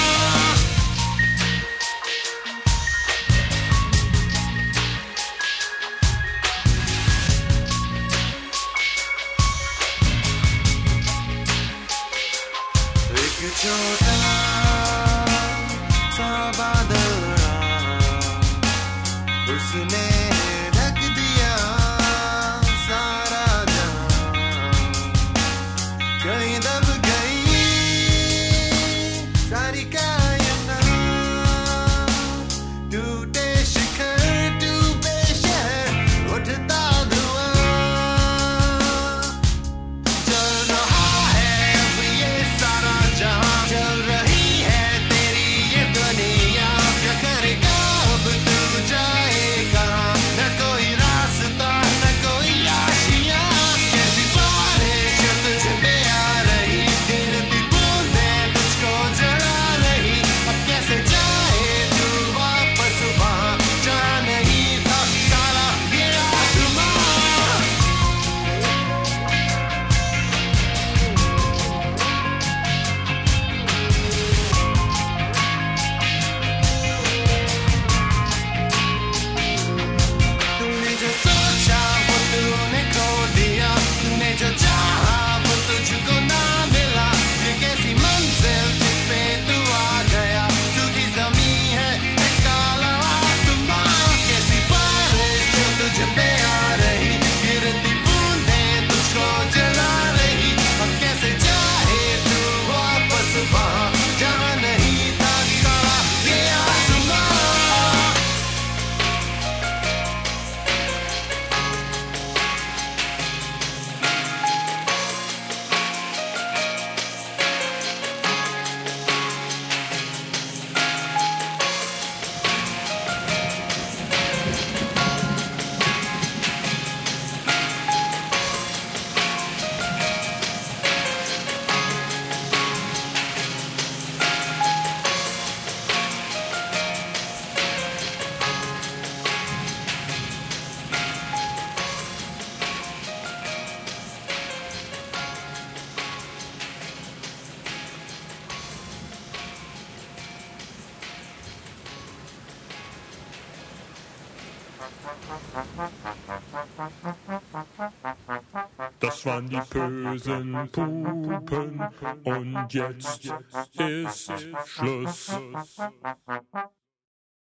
[SPEAKER 3] एक छोटा सा बादल उसने ढक दिया सारा जहां कहीं दब गई सारी कायना टूटे शिखर डूबे शहर उठता धुआं चल रहा है अब ये सारा जहां चल रही है तेरी ये दुनिया क्या करेगा अब तू जाएगा न कोई रास्ता न कोई आशिया कैसी बारिश जो तुझ पे आ रही दिन भी बूंदे तुझको जला रही अब कैसे जाए तू वापस वहाँ जहाँ नहीं था काला ये आसमां तूने जो सोचा वो तूने खो दिया तूने जो चाहा वो तुझको ना मिला ये कैसी मंजिल जिस पे तू आ गया सूखी जमी है एक काला आसमान कैसी बारिश जो तुझ पे आ रही गिरती बूंदें तुझको जला रही अब कैसे चाहे तू वापस वहाँ जहाँ नहीं था काला ये आसमान
[SPEAKER 5] Das waren die bösen Pupen und jetzt ist Schluss.